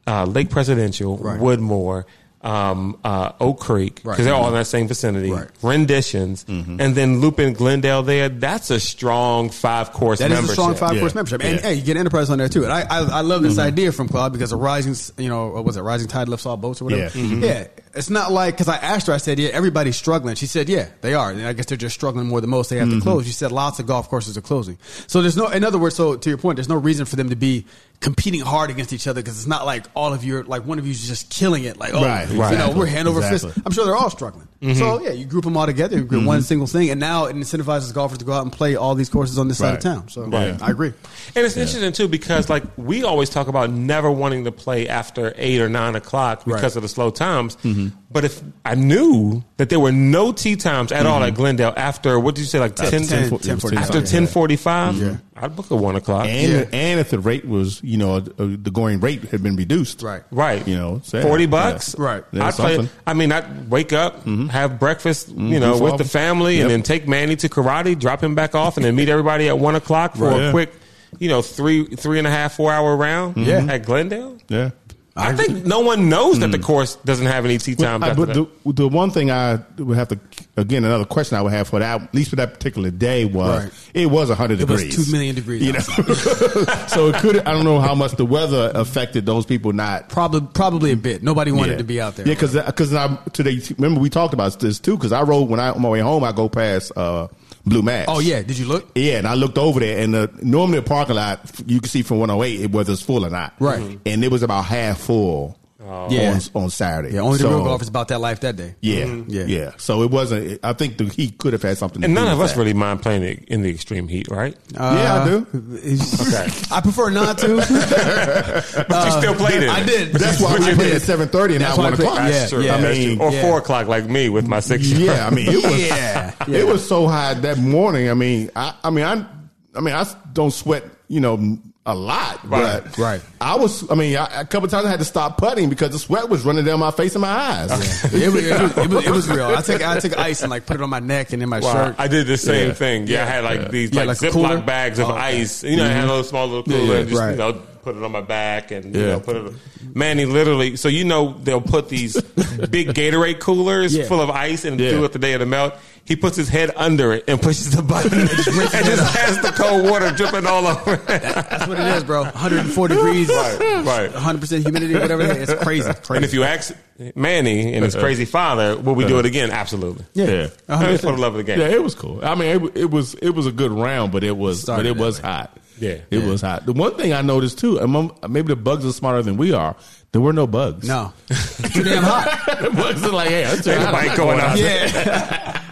[SPEAKER 2] uh, Lake Presidential,
[SPEAKER 4] Right.
[SPEAKER 2] Woodmore, um, uh, Oak Creek, because
[SPEAKER 4] Right.
[SPEAKER 2] they're
[SPEAKER 3] Mm-hmm.
[SPEAKER 2] all in that same vicinity,
[SPEAKER 4] Right.
[SPEAKER 2] renditions, and then Loop and Glendale there. That's a strong five course.
[SPEAKER 4] That is
[SPEAKER 2] membership.
[SPEAKER 4] a strong five
[SPEAKER 3] Yeah.
[SPEAKER 4] course membership, and
[SPEAKER 3] Yeah. Mm-hmm.
[SPEAKER 4] hey, you get Enterprise on there too. And I, I, I love this idea from Cloud because a rising, s- you know, what was it rising tide lifts all boats or whatever?
[SPEAKER 3] Yeah. Mm-hmm.
[SPEAKER 4] Yeah, it's not like because I asked her, I said, yeah, everybody's struggling. She said, yeah, they are. And I guess they're just struggling more the most. They have
[SPEAKER 3] Mm-hmm.
[SPEAKER 4] to close. She said, lots of golf courses are closing. So there's no, in other words, so to your point, there's no reason for them to be competing hard against each other because it's not like all of you, are like one of you's just killing it. Like, oh,
[SPEAKER 3] Right,
[SPEAKER 4] you
[SPEAKER 3] right.
[SPEAKER 4] know, we're hand over fist.
[SPEAKER 3] Exactly.
[SPEAKER 4] I'm sure they're all struggling.
[SPEAKER 3] Mm-hmm.
[SPEAKER 4] So yeah, you group them all together, you group one single thing, and now it incentivizes golfers to go out and play all these courses on this side of
[SPEAKER 3] Right.
[SPEAKER 4] town. So
[SPEAKER 3] Right.
[SPEAKER 4] I agree.
[SPEAKER 2] And it's interesting too because like we always talk about never wanting to play after eight or nine o'clock because
[SPEAKER 4] Right.
[SPEAKER 2] of the slow times. But if I knew that there were no tea times at all at Glendale after what did you say like ten,
[SPEAKER 4] 10,
[SPEAKER 2] after
[SPEAKER 4] 10:45.
[SPEAKER 2] after ten forty five,
[SPEAKER 4] Yeah.
[SPEAKER 2] I'd book a one o'clock.
[SPEAKER 3] And
[SPEAKER 4] Yeah.
[SPEAKER 3] and if the rate was, you know, uh, the going rate had been reduced,
[SPEAKER 4] Right.
[SPEAKER 2] Right,
[SPEAKER 3] You know, so,
[SPEAKER 2] forty
[SPEAKER 3] yeah.
[SPEAKER 2] bucks.
[SPEAKER 4] Right.
[SPEAKER 2] I'd
[SPEAKER 3] There's
[SPEAKER 2] play.
[SPEAKER 3] something.
[SPEAKER 2] I mean, I'd wake up, have breakfast, you know,
[SPEAKER 3] goof
[SPEAKER 2] with
[SPEAKER 3] off.
[SPEAKER 2] the family, and
[SPEAKER 3] Yep.
[SPEAKER 2] then take Manny to karate, drop him back off, and then meet everybody at one o'clock for
[SPEAKER 3] Right.
[SPEAKER 2] a
[SPEAKER 3] Yeah.
[SPEAKER 2] quick, you know, three three and a half four hour round.
[SPEAKER 4] Yeah.
[SPEAKER 2] at Glendale.
[SPEAKER 3] Yeah.
[SPEAKER 2] I think no one knows that the course doesn't have any tea time.
[SPEAKER 3] I-
[SPEAKER 2] after
[SPEAKER 3] but
[SPEAKER 2] that.
[SPEAKER 3] the, the one thing I would have to again another question I would have for that at least for that particular day was
[SPEAKER 4] Right.
[SPEAKER 3] it was hundred
[SPEAKER 4] It was
[SPEAKER 3] degrees,
[SPEAKER 4] two million degrees
[SPEAKER 3] You know, so it could I don't know how much the weather affected those people not
[SPEAKER 4] Probably, probably a bit. Nobody wanted to be out there.
[SPEAKER 3] Yeah, because because I today remember we talked about this too. Because I rode when I on my way home, I go past uh, Blue Mass.
[SPEAKER 4] oh yeah, did you look?
[SPEAKER 3] Yeah, and I looked over there, and uh, normally the parking lot you can see from 108 whether it's full or not.
[SPEAKER 4] Right. Mhm.
[SPEAKER 3] and it was about half full.
[SPEAKER 4] Yeah.
[SPEAKER 3] on, on Saturday.
[SPEAKER 4] Yeah, only the
[SPEAKER 3] So-
[SPEAKER 4] real golfers about that life that day.
[SPEAKER 3] Yeah,
[SPEAKER 4] Yeah.
[SPEAKER 3] yeah, yeah. So it wasn't. I think the heat could have had something.
[SPEAKER 2] Mm-hmm. and
[SPEAKER 3] to
[SPEAKER 2] none
[SPEAKER 3] do
[SPEAKER 2] of
[SPEAKER 3] with
[SPEAKER 2] us
[SPEAKER 3] that.
[SPEAKER 2] really mind playing it in the extreme heat, right?
[SPEAKER 3] yeah, I do.
[SPEAKER 4] Okay. Uh, I prefer not to.
[SPEAKER 2] But you still played it.
[SPEAKER 4] Uh, I did.
[SPEAKER 3] That's why
[SPEAKER 2] But
[SPEAKER 3] we
[SPEAKER 2] you
[SPEAKER 3] played
[SPEAKER 2] did.
[SPEAKER 3] at 7:30 and
[SPEAKER 4] That's
[SPEAKER 3] not
[SPEAKER 4] why I
[SPEAKER 3] one
[SPEAKER 4] played-
[SPEAKER 3] o'clock.
[SPEAKER 4] yeah,
[SPEAKER 2] That's true.
[SPEAKER 4] yeah.
[SPEAKER 3] I mean,
[SPEAKER 2] or
[SPEAKER 4] yeah.
[SPEAKER 2] four o'clock, like me with my six.
[SPEAKER 3] Yeah, I mean, it was.
[SPEAKER 4] Yeah. Yeah.
[SPEAKER 3] it was so hot that morning. I mean, I, I mean, I, I mean, I s- don't sweat, you know, a lot,
[SPEAKER 2] Right,
[SPEAKER 3] but
[SPEAKER 4] right.
[SPEAKER 3] I was. I mean, I, a couple times I had to stop putting because the sweat was running down my face and my eyes.
[SPEAKER 4] It was, it, was, it, was, it was real. I took I took ice and like put it on my neck and in my
[SPEAKER 2] Wow.
[SPEAKER 4] shirt.
[SPEAKER 2] I did the same
[SPEAKER 3] Yeah.
[SPEAKER 2] thing. Yeah, I had like these
[SPEAKER 4] Yeah,
[SPEAKER 2] like,
[SPEAKER 4] like a cooler?
[SPEAKER 2] Ziploc bags of
[SPEAKER 4] Oh, okay.
[SPEAKER 2] ice. You know, I had a little small little cooler
[SPEAKER 3] yeah,
[SPEAKER 2] and just, you
[SPEAKER 4] right.
[SPEAKER 2] know, put it on my back and, you
[SPEAKER 3] Yeah.
[SPEAKER 2] know, put it Manny literally, so you know, they'll put these big Gatorade coolers
[SPEAKER 4] Yeah.
[SPEAKER 2] full of ice and
[SPEAKER 3] Yeah.
[SPEAKER 2] do it the day of the melt. He puts his head under it and pushes the button and just has the cold water dripping all over.
[SPEAKER 4] That's what it is, bro. 104 degrees,
[SPEAKER 2] right.
[SPEAKER 4] 100 percent humidity, whatever. it is. It's crazy.
[SPEAKER 2] And
[SPEAKER 4] Crazy.
[SPEAKER 2] if you ask Manny and his crazy father, will we do it again? Absolutely.
[SPEAKER 3] Yeah. Uh-huh.
[SPEAKER 2] I mean, for the love of the game.
[SPEAKER 3] Yeah, it was cool. I mean, it, it was it was a good round, but it was
[SPEAKER 4] Started
[SPEAKER 3] but
[SPEAKER 4] that
[SPEAKER 3] it was
[SPEAKER 4] way.
[SPEAKER 3] hot.
[SPEAKER 2] Yeah.
[SPEAKER 3] it was hot. The one thing I noticed too, among, maybe the bugs are smarter than we are. There were no bugs.
[SPEAKER 4] No, too damn hot.
[SPEAKER 3] the bugs are like, hey, that's
[SPEAKER 2] Ain't nobody going out there.
[SPEAKER 4] Yeah.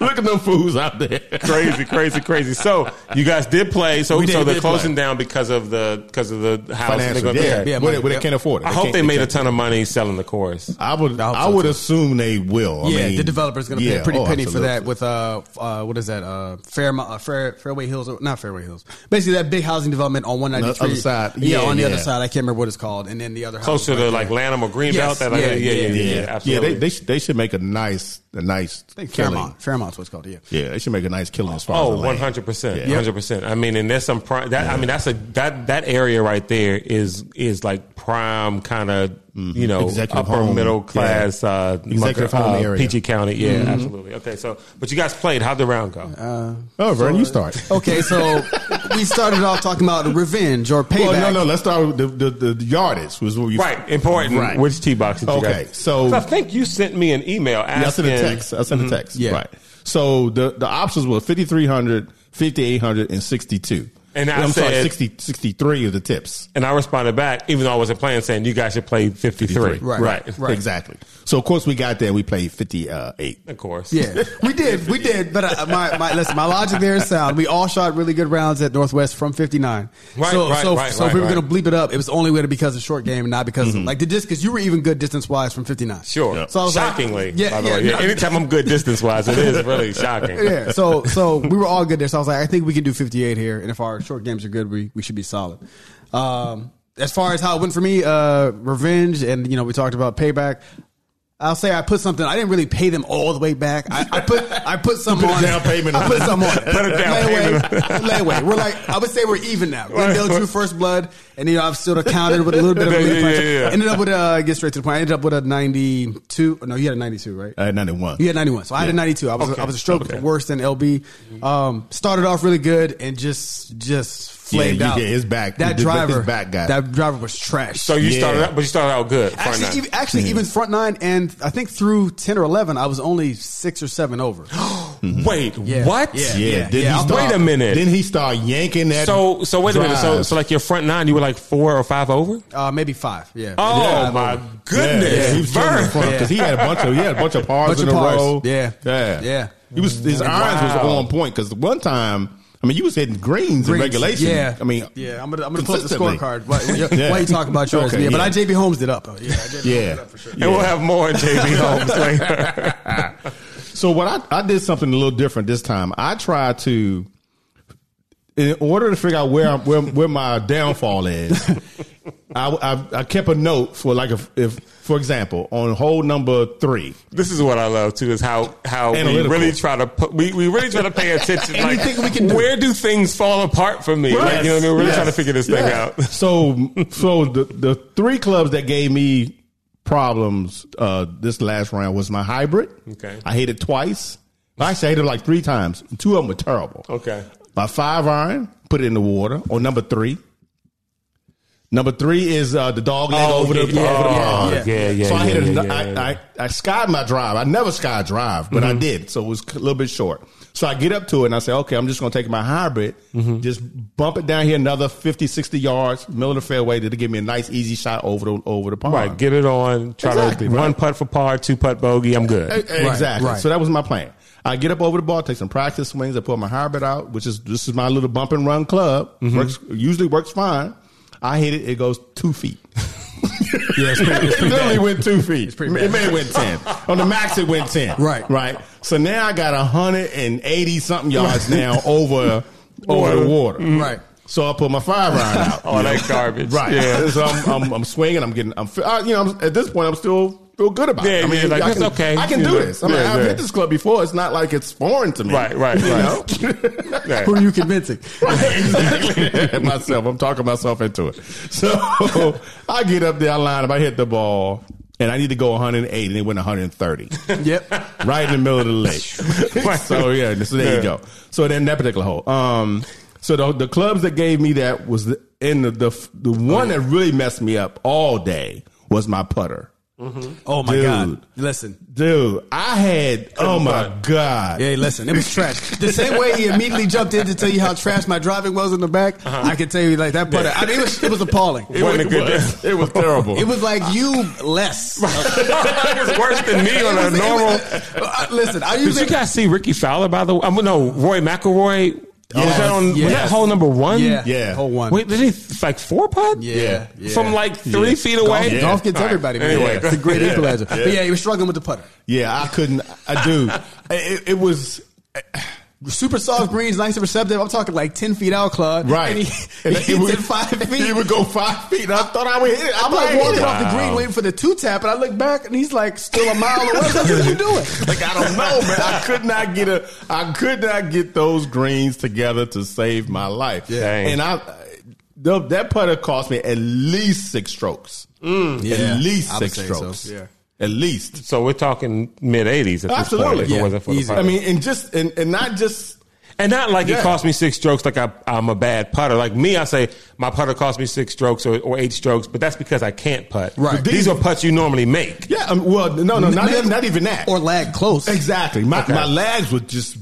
[SPEAKER 3] Look at them fools out there.
[SPEAKER 2] crazy, crazy, crazy. So you guys did play. So
[SPEAKER 3] We did-
[SPEAKER 2] so they're
[SPEAKER 3] did
[SPEAKER 2] closing
[SPEAKER 3] play.
[SPEAKER 2] down because of the because of the house. and they're
[SPEAKER 3] Financial,
[SPEAKER 2] gonna-
[SPEAKER 3] yeah,
[SPEAKER 4] Yeah,
[SPEAKER 3] yeah,
[SPEAKER 4] money,
[SPEAKER 3] Where, where
[SPEAKER 4] yep.
[SPEAKER 3] they can't afford it.
[SPEAKER 2] I
[SPEAKER 3] They
[SPEAKER 2] hope
[SPEAKER 3] can't-
[SPEAKER 2] they made a
[SPEAKER 3] can't-
[SPEAKER 2] ton of money selling the course.
[SPEAKER 3] I would.
[SPEAKER 4] I
[SPEAKER 3] I,
[SPEAKER 4] hope so,
[SPEAKER 3] would
[SPEAKER 4] too.
[SPEAKER 3] assume they will. I
[SPEAKER 4] yeah,
[SPEAKER 3] mean,
[SPEAKER 4] the developer's going to pay
[SPEAKER 3] yeah,
[SPEAKER 4] a pretty
[SPEAKER 3] oh,
[SPEAKER 4] penny
[SPEAKER 3] absolutely.
[SPEAKER 4] for that with uh, f- uh what is that uh Fairmont uh, Fair Fairway Hills or- not Fairway Hills basically that big housing development on one ninety three
[SPEAKER 3] other side.
[SPEAKER 4] yeah,
[SPEAKER 3] Yeah,
[SPEAKER 4] on the
[SPEAKER 3] yeah.
[SPEAKER 4] other side I can't remember what it's called and then the other
[SPEAKER 2] Closer to
[SPEAKER 4] houses right
[SPEAKER 2] like
[SPEAKER 4] there.
[SPEAKER 2] Lanham or Greenbelt.
[SPEAKER 4] Yes,
[SPEAKER 2] that like, yeah,
[SPEAKER 4] yeah,
[SPEAKER 2] yeah, yeah,
[SPEAKER 4] yeah.
[SPEAKER 2] yeah,
[SPEAKER 3] Yeah, yeah.
[SPEAKER 2] absolutely.
[SPEAKER 3] They, they should they should make a nice a nice
[SPEAKER 4] I think
[SPEAKER 3] killing.
[SPEAKER 4] Fairmont Fairmont's what it's called yeah
[SPEAKER 3] Yeah, they should make a nice killing as far
[SPEAKER 2] Oh,
[SPEAKER 3] as the land.
[SPEAKER 2] 100 percent,
[SPEAKER 3] Yeah.
[SPEAKER 2] 100 percent. I mean, and there's some prime. That, I mean, that's a that that area right there is is like prime kind of
[SPEAKER 4] Mm-hmm.
[SPEAKER 2] you know
[SPEAKER 3] Executive
[SPEAKER 2] upper
[SPEAKER 3] home.
[SPEAKER 2] middle class uh,
[SPEAKER 3] Executive
[SPEAKER 2] Mucker-
[SPEAKER 3] home
[SPEAKER 2] uh,
[SPEAKER 3] area.
[SPEAKER 2] PG County. Yeah,
[SPEAKER 4] Mm-hmm.
[SPEAKER 2] absolutely. Okay, so but you guys played. How'd the round go?
[SPEAKER 4] Uh,
[SPEAKER 3] Oh, Vern, you start.
[SPEAKER 4] okay so we started off talking about revenge or payback
[SPEAKER 3] Well, no, no. Let's start with the the, the yardage was what you
[SPEAKER 2] Right, important.
[SPEAKER 3] Right.
[SPEAKER 2] Which tee box did you
[SPEAKER 3] Okay,
[SPEAKER 2] guys-
[SPEAKER 3] so-
[SPEAKER 2] I think you sent me an email asking.
[SPEAKER 3] Yeah, I sent a text. I
[SPEAKER 2] Mm-hmm.
[SPEAKER 3] sent a text.
[SPEAKER 4] Yeah.
[SPEAKER 3] Right. So the the options were 5300, 5800 and 62.
[SPEAKER 2] And I
[SPEAKER 3] am sorry,
[SPEAKER 2] said-
[SPEAKER 3] 60, 63 of the tips.
[SPEAKER 2] And I responded back, even though I wasn't playing, saying you guys should play 53.
[SPEAKER 4] Right. Right.
[SPEAKER 3] Exactly. So of course we got there. We played fifty uh, eight.
[SPEAKER 2] Of course.
[SPEAKER 4] Yeah, we did, we did. But uh, my, my listen, my logic there is sound. We all shot really good rounds at Northwest from 59.
[SPEAKER 2] Right,
[SPEAKER 4] so,
[SPEAKER 2] right,
[SPEAKER 4] so,
[SPEAKER 2] right,
[SPEAKER 4] so
[SPEAKER 2] right,
[SPEAKER 4] if we were
[SPEAKER 2] right. Mm-hmm.
[SPEAKER 4] gonna bleep it up. It was only gonna because of short game, and not because like the just because you were even good distance wise from 59.
[SPEAKER 2] Sure.
[SPEAKER 4] So I was like-
[SPEAKER 2] Shockingly,
[SPEAKER 4] yeah,
[SPEAKER 2] by the
[SPEAKER 4] yeah,
[SPEAKER 2] way. Yeah,
[SPEAKER 4] no.
[SPEAKER 2] Anytime I'm good distance wise, it is really shocking.
[SPEAKER 4] yeah. So so we were all good there. So I was like, I think we can do 58 here, and if our short games are good, we we should be solid. Um, as far as how it went for me, uh, revenge, and you know we talked about payback. I'll say I put something. I didn't really pay them all the way back. I, I put I put some
[SPEAKER 3] Put a
[SPEAKER 4] on
[SPEAKER 3] down payment
[SPEAKER 4] I
[SPEAKER 3] on
[SPEAKER 4] put
[SPEAKER 3] it.
[SPEAKER 4] some on it.
[SPEAKER 2] Put a down
[SPEAKER 4] layaway,
[SPEAKER 2] payment.
[SPEAKER 4] layaway. We're like I would say we're even now. We
[SPEAKER 2] Right.
[SPEAKER 4] dealt drew first blood, and you know I've still counted with a little bit of
[SPEAKER 2] Yeah,
[SPEAKER 4] a
[SPEAKER 2] yeah, yeah, yeah.
[SPEAKER 4] ended up with a get straight to the point. I ended up with a ninety two. No, you had a ninety two, right?
[SPEAKER 3] I had ninety one.
[SPEAKER 4] You had 91. So I had a 92. I was I was a stroke worse than LB. Um, started off really good and just just flamed
[SPEAKER 3] you
[SPEAKER 4] out.
[SPEAKER 3] did his back. You
[SPEAKER 4] That
[SPEAKER 3] did his
[SPEAKER 4] driver
[SPEAKER 3] back guy.
[SPEAKER 4] That driver was trash.
[SPEAKER 2] So you
[SPEAKER 3] Yeah.
[SPEAKER 2] started out, but you started out good. front
[SPEAKER 4] actually
[SPEAKER 2] nine.
[SPEAKER 4] even, actually even front nine and I think through 10 or 11 I was only 6 or 7 over.
[SPEAKER 2] Wait,
[SPEAKER 4] Yeah.
[SPEAKER 2] what?
[SPEAKER 4] Yeah.
[SPEAKER 3] Mm-hmm. Yeah. then
[SPEAKER 4] yeah,
[SPEAKER 3] he
[SPEAKER 4] I'll-
[SPEAKER 3] start,
[SPEAKER 2] wait a minute.
[SPEAKER 3] Then he start yanking that.
[SPEAKER 2] So, so wait a minute. So,
[SPEAKER 3] drive.
[SPEAKER 2] so like your front nine, you were like four or five over.
[SPEAKER 4] Uh, maybe 5. Yeah.
[SPEAKER 2] Oh
[SPEAKER 4] Yeah,
[SPEAKER 2] my
[SPEAKER 4] over.
[SPEAKER 2] goodness,
[SPEAKER 3] Yeah, yeah, he was killing the
[SPEAKER 2] Vern.
[SPEAKER 3] front because he had a bunch of he had a bunch of pars
[SPEAKER 4] Bunch
[SPEAKER 3] in
[SPEAKER 4] of
[SPEAKER 3] a
[SPEAKER 4] pars.
[SPEAKER 3] row.
[SPEAKER 4] Yeah.
[SPEAKER 3] yeah,
[SPEAKER 4] Yeah. Mm-hmm.
[SPEAKER 3] He was his irons
[SPEAKER 2] Wow.
[SPEAKER 3] was on point because one time. I mean, you was hitting greens, in
[SPEAKER 4] Greens.
[SPEAKER 3] regulation.
[SPEAKER 4] Yeah.
[SPEAKER 3] I mean,
[SPEAKER 4] yeah, I'm gonna I'm gonna pull up the
[SPEAKER 3] consistently.
[SPEAKER 4] scorecard. Why,
[SPEAKER 3] Yeah.
[SPEAKER 4] why you talking about yours?
[SPEAKER 3] Okay,
[SPEAKER 4] yeah, but
[SPEAKER 3] yeah.
[SPEAKER 4] I JB Holmes did up. Yeah, I JB
[SPEAKER 3] Yeah.
[SPEAKER 2] And we'll have more JB Holmes later.
[SPEAKER 3] So what I, I did something a little different this time. I tried to, in order to figure out where I'm, where where my downfall is, I, I I kept a note for like if, if for example on hole number three.
[SPEAKER 2] This is what I love too is how how we
[SPEAKER 3] Analytical.
[SPEAKER 2] really try to put, we, we really try to pay attention. like,
[SPEAKER 4] Anything we can do.
[SPEAKER 2] Where do things fall apart for me? Like, you know what I mean? We're really
[SPEAKER 3] Yes.
[SPEAKER 2] trying to figure this thing
[SPEAKER 3] Yeah.
[SPEAKER 2] out.
[SPEAKER 3] So so the the three clubs that gave me problems uh, this last round was my hybrid.
[SPEAKER 2] Okay.
[SPEAKER 3] I hit it twice. Actually, I hit it like three times. Two of them were terrible.
[SPEAKER 2] Okay.
[SPEAKER 3] My five iron, put it in the water. Or number three. Number three is uh, the dog leg
[SPEAKER 2] Oh,
[SPEAKER 3] over the,
[SPEAKER 2] yeah,
[SPEAKER 3] over the
[SPEAKER 2] yeah,
[SPEAKER 3] pond.
[SPEAKER 2] yeah, yeah, yeah,
[SPEAKER 3] so I hit
[SPEAKER 2] yeah,
[SPEAKER 3] it.
[SPEAKER 2] yeah,
[SPEAKER 3] I,
[SPEAKER 2] yeah.
[SPEAKER 3] I, I skied my drive. I never sky drive, but I did. So it was a little bit short. So I get up to it and I say, okay, I'm just going to take my hybrid, just bump it down here another 50, 60 yards, middle of the fairway, to give me a nice easy shot over the over the pond.
[SPEAKER 2] Right. Get it on. Try
[SPEAKER 3] Exactly,
[SPEAKER 2] to
[SPEAKER 3] right.
[SPEAKER 2] one putt for par, two putt bogey. I'm good.
[SPEAKER 3] E- Exactly.
[SPEAKER 4] right.
[SPEAKER 3] So that was my plan. I get up over the ball, take some practice swings. I pull my hybrid out, which is this is my little bump and run club.
[SPEAKER 4] Mm-hmm.
[SPEAKER 3] Works usually works fine. I hit it. It goes two feet.
[SPEAKER 4] Yeah, it's pretty, it's
[SPEAKER 3] it
[SPEAKER 4] pretty
[SPEAKER 3] literally
[SPEAKER 4] bad.
[SPEAKER 3] went two feet.
[SPEAKER 4] pretty bad.
[SPEAKER 3] It may have went ten. On the max, it went ten.
[SPEAKER 4] Right.
[SPEAKER 3] Right. So now I got hundred and eighty something yards now over over the water.
[SPEAKER 4] Mm-hmm. Right.
[SPEAKER 3] So I put my five iron out.
[SPEAKER 2] Oh, that garbage.
[SPEAKER 3] Right.
[SPEAKER 2] Yeah.
[SPEAKER 3] So I'm, I'm, I'm swinging. I'm getting. I'm. fe- uh, You know. I'm, at this point, I'm still feel good about
[SPEAKER 2] Yeah,
[SPEAKER 3] it. I
[SPEAKER 2] yeah, like,
[SPEAKER 3] I
[SPEAKER 2] it's
[SPEAKER 3] can,
[SPEAKER 2] okay.
[SPEAKER 3] I can
[SPEAKER 2] You
[SPEAKER 3] do
[SPEAKER 2] know,
[SPEAKER 3] this. I mean,
[SPEAKER 2] yeah,
[SPEAKER 3] I've
[SPEAKER 2] yeah.
[SPEAKER 3] hit this club before. It's not like it's foreign to me.
[SPEAKER 2] Right, right,
[SPEAKER 3] You
[SPEAKER 2] right.
[SPEAKER 3] know?
[SPEAKER 2] Right.
[SPEAKER 4] Who are you convincing?
[SPEAKER 3] exactly. myself. I'm talking myself into it. So I get up there. I line up. I hit the ball, and I need to go 108, and it went 130
[SPEAKER 4] yep.
[SPEAKER 3] right in the middle of the lake.
[SPEAKER 2] Right.
[SPEAKER 3] so yeah, so there you
[SPEAKER 2] Yeah.
[SPEAKER 3] go. So then that particular hole. Um, so the, the clubs that gave me that was the, and the the the
[SPEAKER 2] Oh,
[SPEAKER 3] one that really messed me up all day was my putter.
[SPEAKER 4] Oh my
[SPEAKER 3] Dude.
[SPEAKER 4] god! Listen,
[SPEAKER 3] Dude, I had oh my god.
[SPEAKER 4] yeah, listen, it was trash. The same way he immediately jumped in to tell you how trash my driving was in the back,
[SPEAKER 3] Uh-huh.
[SPEAKER 4] I can tell you like that putter. I mean, it was, it was appalling. It was,
[SPEAKER 2] Wasn't a good day.
[SPEAKER 3] it was terrible.
[SPEAKER 4] it was like you less.
[SPEAKER 2] it was worse than me on
[SPEAKER 4] It
[SPEAKER 2] a
[SPEAKER 4] was- it
[SPEAKER 2] normal.
[SPEAKER 4] was- uh, listen, I
[SPEAKER 2] Did you
[SPEAKER 4] usually
[SPEAKER 2] guys see Ricky Fowler by the way? Um, no, Roy McElroy. Was
[SPEAKER 3] Yes,
[SPEAKER 2] that on? Was that
[SPEAKER 4] yes.
[SPEAKER 2] hole number one?
[SPEAKER 4] yeah,
[SPEAKER 3] Yeah.
[SPEAKER 4] whole one.
[SPEAKER 2] Wait, did he like four putt?
[SPEAKER 4] yeah, yeah.
[SPEAKER 2] From like three
[SPEAKER 3] Yeah.
[SPEAKER 2] feet
[SPEAKER 4] golf,
[SPEAKER 2] away.
[SPEAKER 4] golf gets
[SPEAKER 2] All right.
[SPEAKER 4] everybody. Man.
[SPEAKER 2] Anyway.
[SPEAKER 4] Yeah, it's a great
[SPEAKER 3] Yeah.
[SPEAKER 4] equalizer. But
[SPEAKER 3] Yeah.
[SPEAKER 4] yeah, he was struggling with the putter.
[SPEAKER 3] yeah, I couldn't I do. It, it was
[SPEAKER 4] Super soft greens, nice and receptive. I'm talking like ten feet out, Claude.
[SPEAKER 3] right.
[SPEAKER 4] And he,
[SPEAKER 3] And
[SPEAKER 4] he hits it five feet.
[SPEAKER 3] It would go five feet. and I thought I would hit it.
[SPEAKER 4] I'm like
[SPEAKER 3] played
[SPEAKER 4] walking
[SPEAKER 3] it.
[SPEAKER 4] off the green waiting for the two tap, and I look back and he's like still a mile away. What are you doing?
[SPEAKER 3] Like I don't know, man. I could not get a. I could not get those greens together to save my life.
[SPEAKER 2] Dang.
[SPEAKER 3] and I the, that putter cost me at least six strokes.
[SPEAKER 4] Mm. Yeah,
[SPEAKER 3] at least
[SPEAKER 4] I would
[SPEAKER 3] six
[SPEAKER 4] say so.
[SPEAKER 3] strokes.
[SPEAKER 4] Yeah.
[SPEAKER 3] at least.
[SPEAKER 2] So we're talking mid eighties at this point.
[SPEAKER 3] Absolutely.
[SPEAKER 2] If
[SPEAKER 3] Yeah,
[SPEAKER 2] it wasn't for the
[SPEAKER 4] easy.
[SPEAKER 2] putter.
[SPEAKER 3] I mean, and just and, and not just.
[SPEAKER 2] and not like it
[SPEAKER 3] Yeah.
[SPEAKER 2] cost me six strokes. Like I, I'm a bad putter. Like me, I say my putter cost me six strokes or, or eight strokes, but that's because I can't putt.
[SPEAKER 4] Right.
[SPEAKER 2] These are putts you normally make.
[SPEAKER 3] Yeah, um, well, no, no, not,
[SPEAKER 4] Maybe-
[SPEAKER 3] not even that.
[SPEAKER 4] Or lag close.
[SPEAKER 3] exactly. My
[SPEAKER 2] Okay.
[SPEAKER 3] my legs were just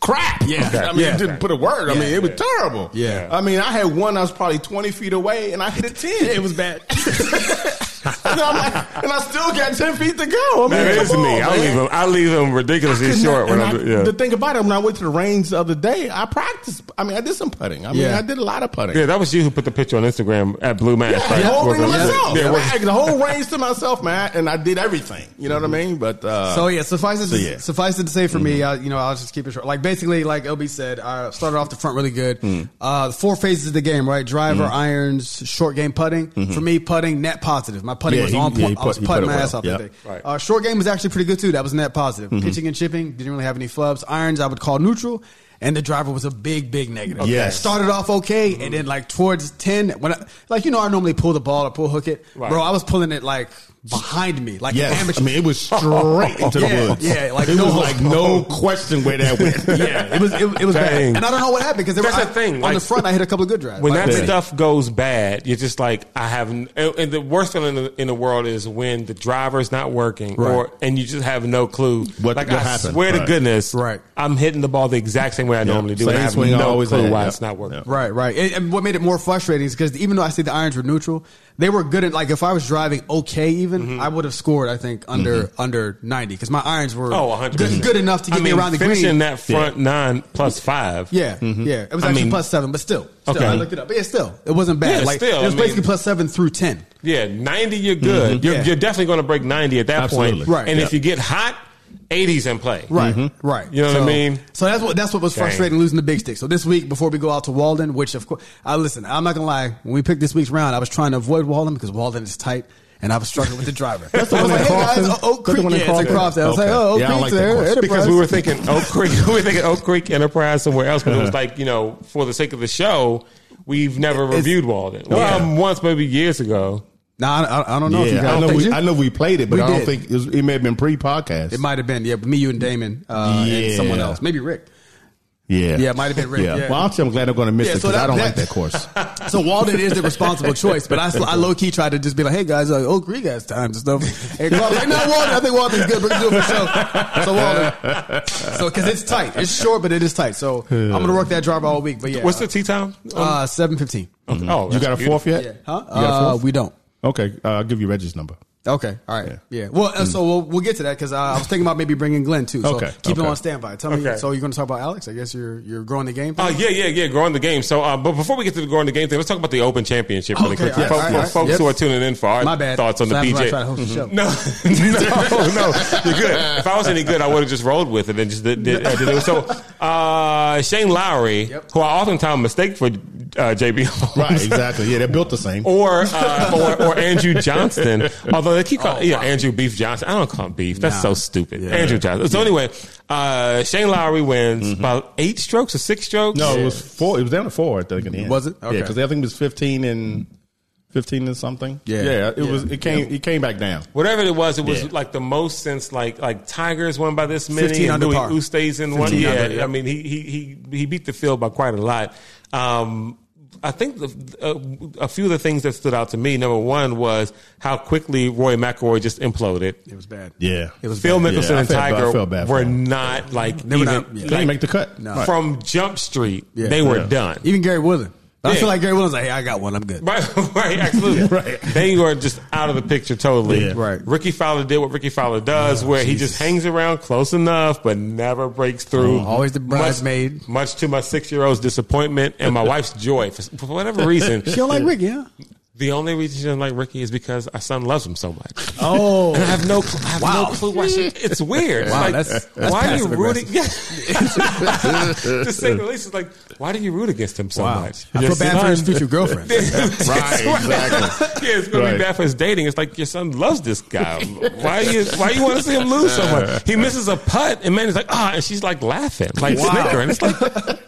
[SPEAKER 3] crap.
[SPEAKER 4] Yeah.
[SPEAKER 3] I mean,
[SPEAKER 4] Yeah.
[SPEAKER 3] it didn't put a word. I mean, it was terrible.
[SPEAKER 4] Yeah.
[SPEAKER 3] I mean, I had one I was probably 20 feet away and I hit a 10. it was bad. and, I'm like, and I still got 10 feet to go. I mean,
[SPEAKER 2] That
[SPEAKER 3] come
[SPEAKER 2] is
[SPEAKER 3] on,
[SPEAKER 2] me. I
[SPEAKER 3] man.
[SPEAKER 2] leave him. I leave him ridiculously
[SPEAKER 3] Couldn't-
[SPEAKER 2] short when
[SPEAKER 3] and
[SPEAKER 2] I'm.
[SPEAKER 3] I-
[SPEAKER 2] Yeah.
[SPEAKER 3] The thing about it, when I went to the range the other day, I practiced. I mean, I did some putting. I mean,
[SPEAKER 4] Yeah.
[SPEAKER 3] I did a lot of putting.
[SPEAKER 2] yeah, that was you who put the picture on Instagram at Blue Man.
[SPEAKER 3] The whole thing to myself.
[SPEAKER 2] Yeah, working-
[SPEAKER 3] Like, the whole range to myself, man. And I did everything. You know what I mean? But uh,
[SPEAKER 4] So yeah, suffice it, to,
[SPEAKER 3] yeah. Mm-hmm.
[SPEAKER 4] suffice it to say for me, I, you know, I'll just keep it short. Like basically, like LB said, I started off the front really good.
[SPEAKER 3] Mm.
[SPEAKER 4] Uh, the four phases of the game, right? Driver,
[SPEAKER 3] Mm-hmm.
[SPEAKER 4] irons, short game putting. For me, putting net positive. My putting
[SPEAKER 3] Yeah,
[SPEAKER 4] was
[SPEAKER 3] he-
[SPEAKER 4] on
[SPEAKER 3] yeah,
[SPEAKER 4] point.
[SPEAKER 3] he
[SPEAKER 4] I was
[SPEAKER 3] put- he putted
[SPEAKER 4] putting my
[SPEAKER 3] well.
[SPEAKER 4] ass off
[SPEAKER 3] Yep. Mm-hmm.
[SPEAKER 4] that day.
[SPEAKER 2] Right.
[SPEAKER 4] Uh, short game was actually pretty good too. That was net positive. Pitching and chipping didn't really have any flubs. Irons, I would call neutral. And the driver was a big, big negative.
[SPEAKER 3] Yes. Mm-hmm.
[SPEAKER 4] Started off okay, and then like towards ten, when I, like you know, I normally pull the ball or pull hook it,
[SPEAKER 2] Right.
[SPEAKER 4] bro. I was pulling it like behind me, like an
[SPEAKER 3] yes,
[SPEAKER 4] amateur.
[SPEAKER 3] I mean, it was straight into
[SPEAKER 4] Yeah,
[SPEAKER 3] the woods.
[SPEAKER 4] yeah, like
[SPEAKER 3] it
[SPEAKER 4] no
[SPEAKER 3] was
[SPEAKER 4] hope.
[SPEAKER 3] like no question where that went.
[SPEAKER 4] Yeah, it was it, it was
[SPEAKER 2] Dang.
[SPEAKER 4] bad, and I don't know what happened because
[SPEAKER 2] That's
[SPEAKER 4] were,
[SPEAKER 2] the thing,
[SPEAKER 4] on
[SPEAKER 2] like,
[SPEAKER 4] the front, I hit a couple of good drives.
[SPEAKER 2] when
[SPEAKER 4] Like,
[SPEAKER 2] that
[SPEAKER 4] really.
[SPEAKER 2] stuff goes bad, you're just like, I have. n- And and the worst feeling in the, in the world is when the driver's not working, or and you just have no clue.
[SPEAKER 3] What-
[SPEAKER 2] like
[SPEAKER 3] what
[SPEAKER 2] I
[SPEAKER 3] happened,
[SPEAKER 2] swear to
[SPEAKER 3] right.
[SPEAKER 2] goodness,
[SPEAKER 4] Right.
[SPEAKER 2] I'm hitting the ball the exact same way I normally do.
[SPEAKER 3] Same
[SPEAKER 2] and I have
[SPEAKER 3] swing I
[SPEAKER 2] no
[SPEAKER 3] always
[SPEAKER 2] clue
[SPEAKER 3] had,
[SPEAKER 2] why
[SPEAKER 3] yeah.
[SPEAKER 2] it's not working.
[SPEAKER 3] Yeah.
[SPEAKER 4] right, right, and, and what made it more frustrating is because even though I say the irons were neutral, they were good. At like if I was driving okay, even I would have scored. I think under under ninety because my irons were
[SPEAKER 2] Oh, 100.
[SPEAKER 4] good, good enough to
[SPEAKER 2] I
[SPEAKER 4] get me
[SPEAKER 2] mean,
[SPEAKER 4] around the
[SPEAKER 2] finishing
[SPEAKER 4] green.
[SPEAKER 2] that front nine plus five.
[SPEAKER 4] yeah, yeah, it was
[SPEAKER 2] I
[SPEAKER 4] actually
[SPEAKER 2] mean-
[SPEAKER 4] plus seven, but still, still
[SPEAKER 2] Okay.
[SPEAKER 4] I looked it up. But yeah, still, it wasn't bad.
[SPEAKER 2] Yeah,
[SPEAKER 4] like
[SPEAKER 2] still,
[SPEAKER 4] it was
[SPEAKER 2] I mean-
[SPEAKER 4] basically plus seven through ten.
[SPEAKER 2] Yeah, 90, you're good. You're,
[SPEAKER 4] Yeah.
[SPEAKER 2] you're definitely going to break 90 at that
[SPEAKER 3] Mm-hmm. Absolutely.
[SPEAKER 2] point.
[SPEAKER 4] Right.
[SPEAKER 2] And if
[SPEAKER 4] Yep.
[SPEAKER 2] you get hot, 80s in play.
[SPEAKER 4] Right,
[SPEAKER 3] Mm-hmm.
[SPEAKER 4] right.
[SPEAKER 2] You know what I
[SPEAKER 4] So-
[SPEAKER 2] mean?
[SPEAKER 4] So that's what that's what was
[SPEAKER 2] Dang.
[SPEAKER 4] frustrating losing the big stick. So this week, before we go out to Walden, which of course, I listen. I'm not gonna lie. When we picked this week's round, I was trying to avoid Walden because Walden is tight, and I was struggling with the driver. that's
[SPEAKER 3] the one in Crofton?
[SPEAKER 4] Guys, uh,
[SPEAKER 3] That's
[SPEAKER 4] Oak
[SPEAKER 3] the
[SPEAKER 4] Creek,
[SPEAKER 3] one
[SPEAKER 4] yeah,
[SPEAKER 3] in
[SPEAKER 4] it's in
[SPEAKER 3] Crofton?
[SPEAKER 4] Crofton. I was like,
[SPEAKER 3] Okay.
[SPEAKER 4] oh, Oak
[SPEAKER 3] Yeah, I don't
[SPEAKER 4] Creek's
[SPEAKER 3] like that
[SPEAKER 4] there.
[SPEAKER 3] course.
[SPEAKER 4] Enterprise.
[SPEAKER 2] Because we were thinking Oak Creek, we were thinking Oak Creek Enterprise somewhere else, but it
[SPEAKER 4] Uh-huh.
[SPEAKER 2] was like you know, for the sake of the show, we've never reviewed Walden.
[SPEAKER 4] Oh,
[SPEAKER 2] Well,
[SPEAKER 3] Yeah.
[SPEAKER 2] um, once maybe years ago.
[SPEAKER 4] Nah, I, I- I don't know if you
[SPEAKER 3] Yeah,
[SPEAKER 4] guys.
[SPEAKER 3] I know,
[SPEAKER 4] think
[SPEAKER 3] we,
[SPEAKER 4] you-
[SPEAKER 3] I know we played it, but
[SPEAKER 4] We
[SPEAKER 3] I don't
[SPEAKER 4] did.
[SPEAKER 3] think it, was, it may have been pre-podcast.
[SPEAKER 4] it might have been yeah, me, you, and Damon, uh, and
[SPEAKER 3] Yeah.
[SPEAKER 4] someone else, maybe Rick.
[SPEAKER 3] yeah,
[SPEAKER 4] Yeah, it might have been Rick, yeah.
[SPEAKER 3] Well, I'm, I'm glad I'm going to miss
[SPEAKER 4] Yeah,
[SPEAKER 3] it
[SPEAKER 4] so
[SPEAKER 3] because
[SPEAKER 4] that-
[SPEAKER 3] I don't like
[SPEAKER 4] that-
[SPEAKER 3] that course. Mm.
[SPEAKER 4] So Walden is the responsible choice, but I, I low key tried to just be like, "Hey guys, uh, Oak Creek has time to stuff." And Clark was like, "No, Walden, I think Walden's good. We're gonna do it for show." So Walden, so because it's tight, it's short, but it is tight. So I'm gonna work that driver all week. But yeah,
[SPEAKER 2] What's the tea time?
[SPEAKER 4] uh, seven fifteen?
[SPEAKER 2] Oh,
[SPEAKER 3] you got a
[SPEAKER 2] that's
[SPEAKER 3] fourth yet?
[SPEAKER 4] Yeah, huh?
[SPEAKER 3] You got a
[SPEAKER 4] Uh,
[SPEAKER 3] fourth?
[SPEAKER 4] we don't.
[SPEAKER 3] okay, uh, I'll give you Reggie's number.
[SPEAKER 4] Okay, all right, yeah. Well, uh, so we'll, we'll get to that because I, I was thinking about maybe bringing Glenn too. So
[SPEAKER 3] Okay,
[SPEAKER 4] keep him
[SPEAKER 3] okay.
[SPEAKER 4] on standby. Tell me.
[SPEAKER 2] Okay.
[SPEAKER 4] So you're gonna talk about Alex? I guess you're you're growing the game.
[SPEAKER 2] Uh, yeah, yeah, yeah. Growing the game. So, uh, but before we get to the growing the game thing, let's talk about the Open Championship really
[SPEAKER 4] Okay,
[SPEAKER 2] quick.
[SPEAKER 4] all right,
[SPEAKER 2] folks
[SPEAKER 4] all right, all right.
[SPEAKER 2] folks
[SPEAKER 4] Yep.
[SPEAKER 2] who are tuning in for our
[SPEAKER 4] My bad.
[SPEAKER 2] thoughts on the
[SPEAKER 4] Sounds like I
[SPEAKER 2] BJ.
[SPEAKER 4] tried to host the show.
[SPEAKER 2] No, no, no. You're good. If I was any good, I would have just rolled with it and just did, did, uh, did it. So, uh, Shane Lowry,
[SPEAKER 4] Yep.
[SPEAKER 2] who I oftentimes mistake for uh, JB Holmes.
[SPEAKER 3] Right, exactly. Yeah, they built the same.
[SPEAKER 4] Oh,
[SPEAKER 2] or, uh, or or Andrew Johnston. Although they keep
[SPEAKER 4] Oh,
[SPEAKER 2] calling yeah Andrew Beef Johnson. I don't call him Beef. That's
[SPEAKER 4] Nah.
[SPEAKER 2] so stupid. Andrew Johnson. So anyway, uh, Shane Lowry wins
[SPEAKER 4] Mm-hmm.
[SPEAKER 2] about eight strokes or six strokes.
[SPEAKER 3] No, it was four. It was down to four. I think in the end.
[SPEAKER 4] Was it?
[SPEAKER 3] Yeah,
[SPEAKER 4] Okay.
[SPEAKER 3] because I think it was fifteen and fifteen and something.
[SPEAKER 4] Yeah.
[SPEAKER 3] yeah. It
[SPEAKER 4] Yeah.
[SPEAKER 3] was. It came. It came back down.
[SPEAKER 2] Whatever it was, it was
[SPEAKER 3] Yeah.
[SPEAKER 2] like the most since like like Tigers won by this many.
[SPEAKER 4] 15
[SPEAKER 2] and
[SPEAKER 4] under
[SPEAKER 2] Louis
[SPEAKER 4] par.
[SPEAKER 2] Oosthuizen's in one.
[SPEAKER 4] 15
[SPEAKER 2] Yeah,
[SPEAKER 4] under, yeah.
[SPEAKER 2] I mean he he he he beat the field by quite a lot. Um, I think the, uh, a few of the things that stood out to me. Number one was how quickly Roy McIlroy just imploded.
[SPEAKER 4] It was bad.
[SPEAKER 3] Yeah,
[SPEAKER 4] It was
[SPEAKER 2] Phil
[SPEAKER 4] bad.
[SPEAKER 2] Mickelson
[SPEAKER 3] Yeah, I
[SPEAKER 2] and
[SPEAKER 3] felt bad- I
[SPEAKER 2] Tiger
[SPEAKER 3] felt bad for
[SPEAKER 2] were
[SPEAKER 3] him.
[SPEAKER 2] not like
[SPEAKER 4] They were
[SPEAKER 2] even
[SPEAKER 4] not- yeah.
[SPEAKER 2] like,
[SPEAKER 3] Couldn't make the cut.
[SPEAKER 4] No.
[SPEAKER 3] Right.
[SPEAKER 2] from Jump Street.
[SPEAKER 4] Yeah.
[SPEAKER 2] They were
[SPEAKER 3] Yeah.
[SPEAKER 2] done.
[SPEAKER 4] Even Gary Woodland. But I
[SPEAKER 2] Yeah.
[SPEAKER 4] feel like Gary Woodland's like, "Hey, I got one. I'm good."
[SPEAKER 2] Right, right, absolutely.
[SPEAKER 3] Right.
[SPEAKER 2] They were just out of the picture totally.
[SPEAKER 3] Yeah.
[SPEAKER 4] Right.
[SPEAKER 2] Ricky Fowler did what Ricky Fowler does, where he just hangs around close enough but never breaks through.
[SPEAKER 3] Uh-huh.
[SPEAKER 4] Always the bridesmaid.
[SPEAKER 2] Much, much to my six year old's disappointment and my wife's joy. For, for whatever reason,
[SPEAKER 4] She don't like Ricky, huh?
[SPEAKER 2] the only reason she doesn't like Ricky is because our son loves him so much.
[SPEAKER 4] Oh,
[SPEAKER 2] And I have no, cl- I have
[SPEAKER 4] Wow.
[SPEAKER 2] no clue why she. It's weird. It's
[SPEAKER 4] Wow,
[SPEAKER 2] like,
[SPEAKER 4] that's- that's
[SPEAKER 2] why are you
[SPEAKER 4] passive
[SPEAKER 2] rooting? Yeah. Just saying, at least it's like, why do you root against him so
[SPEAKER 4] wow.
[SPEAKER 2] much?
[SPEAKER 4] I
[SPEAKER 2] Your
[SPEAKER 4] feel bad for
[SPEAKER 2] son-
[SPEAKER 4] his future girlfriend.
[SPEAKER 3] Right, exactly.
[SPEAKER 2] yeah, it's gonna be
[SPEAKER 3] Right.
[SPEAKER 2] bad for his dating. It's like your son loves this guy. Why you why you want to see him lose so much? He misses a putt, and man, he's like ah, and she's like laughing, like snickering. It's like what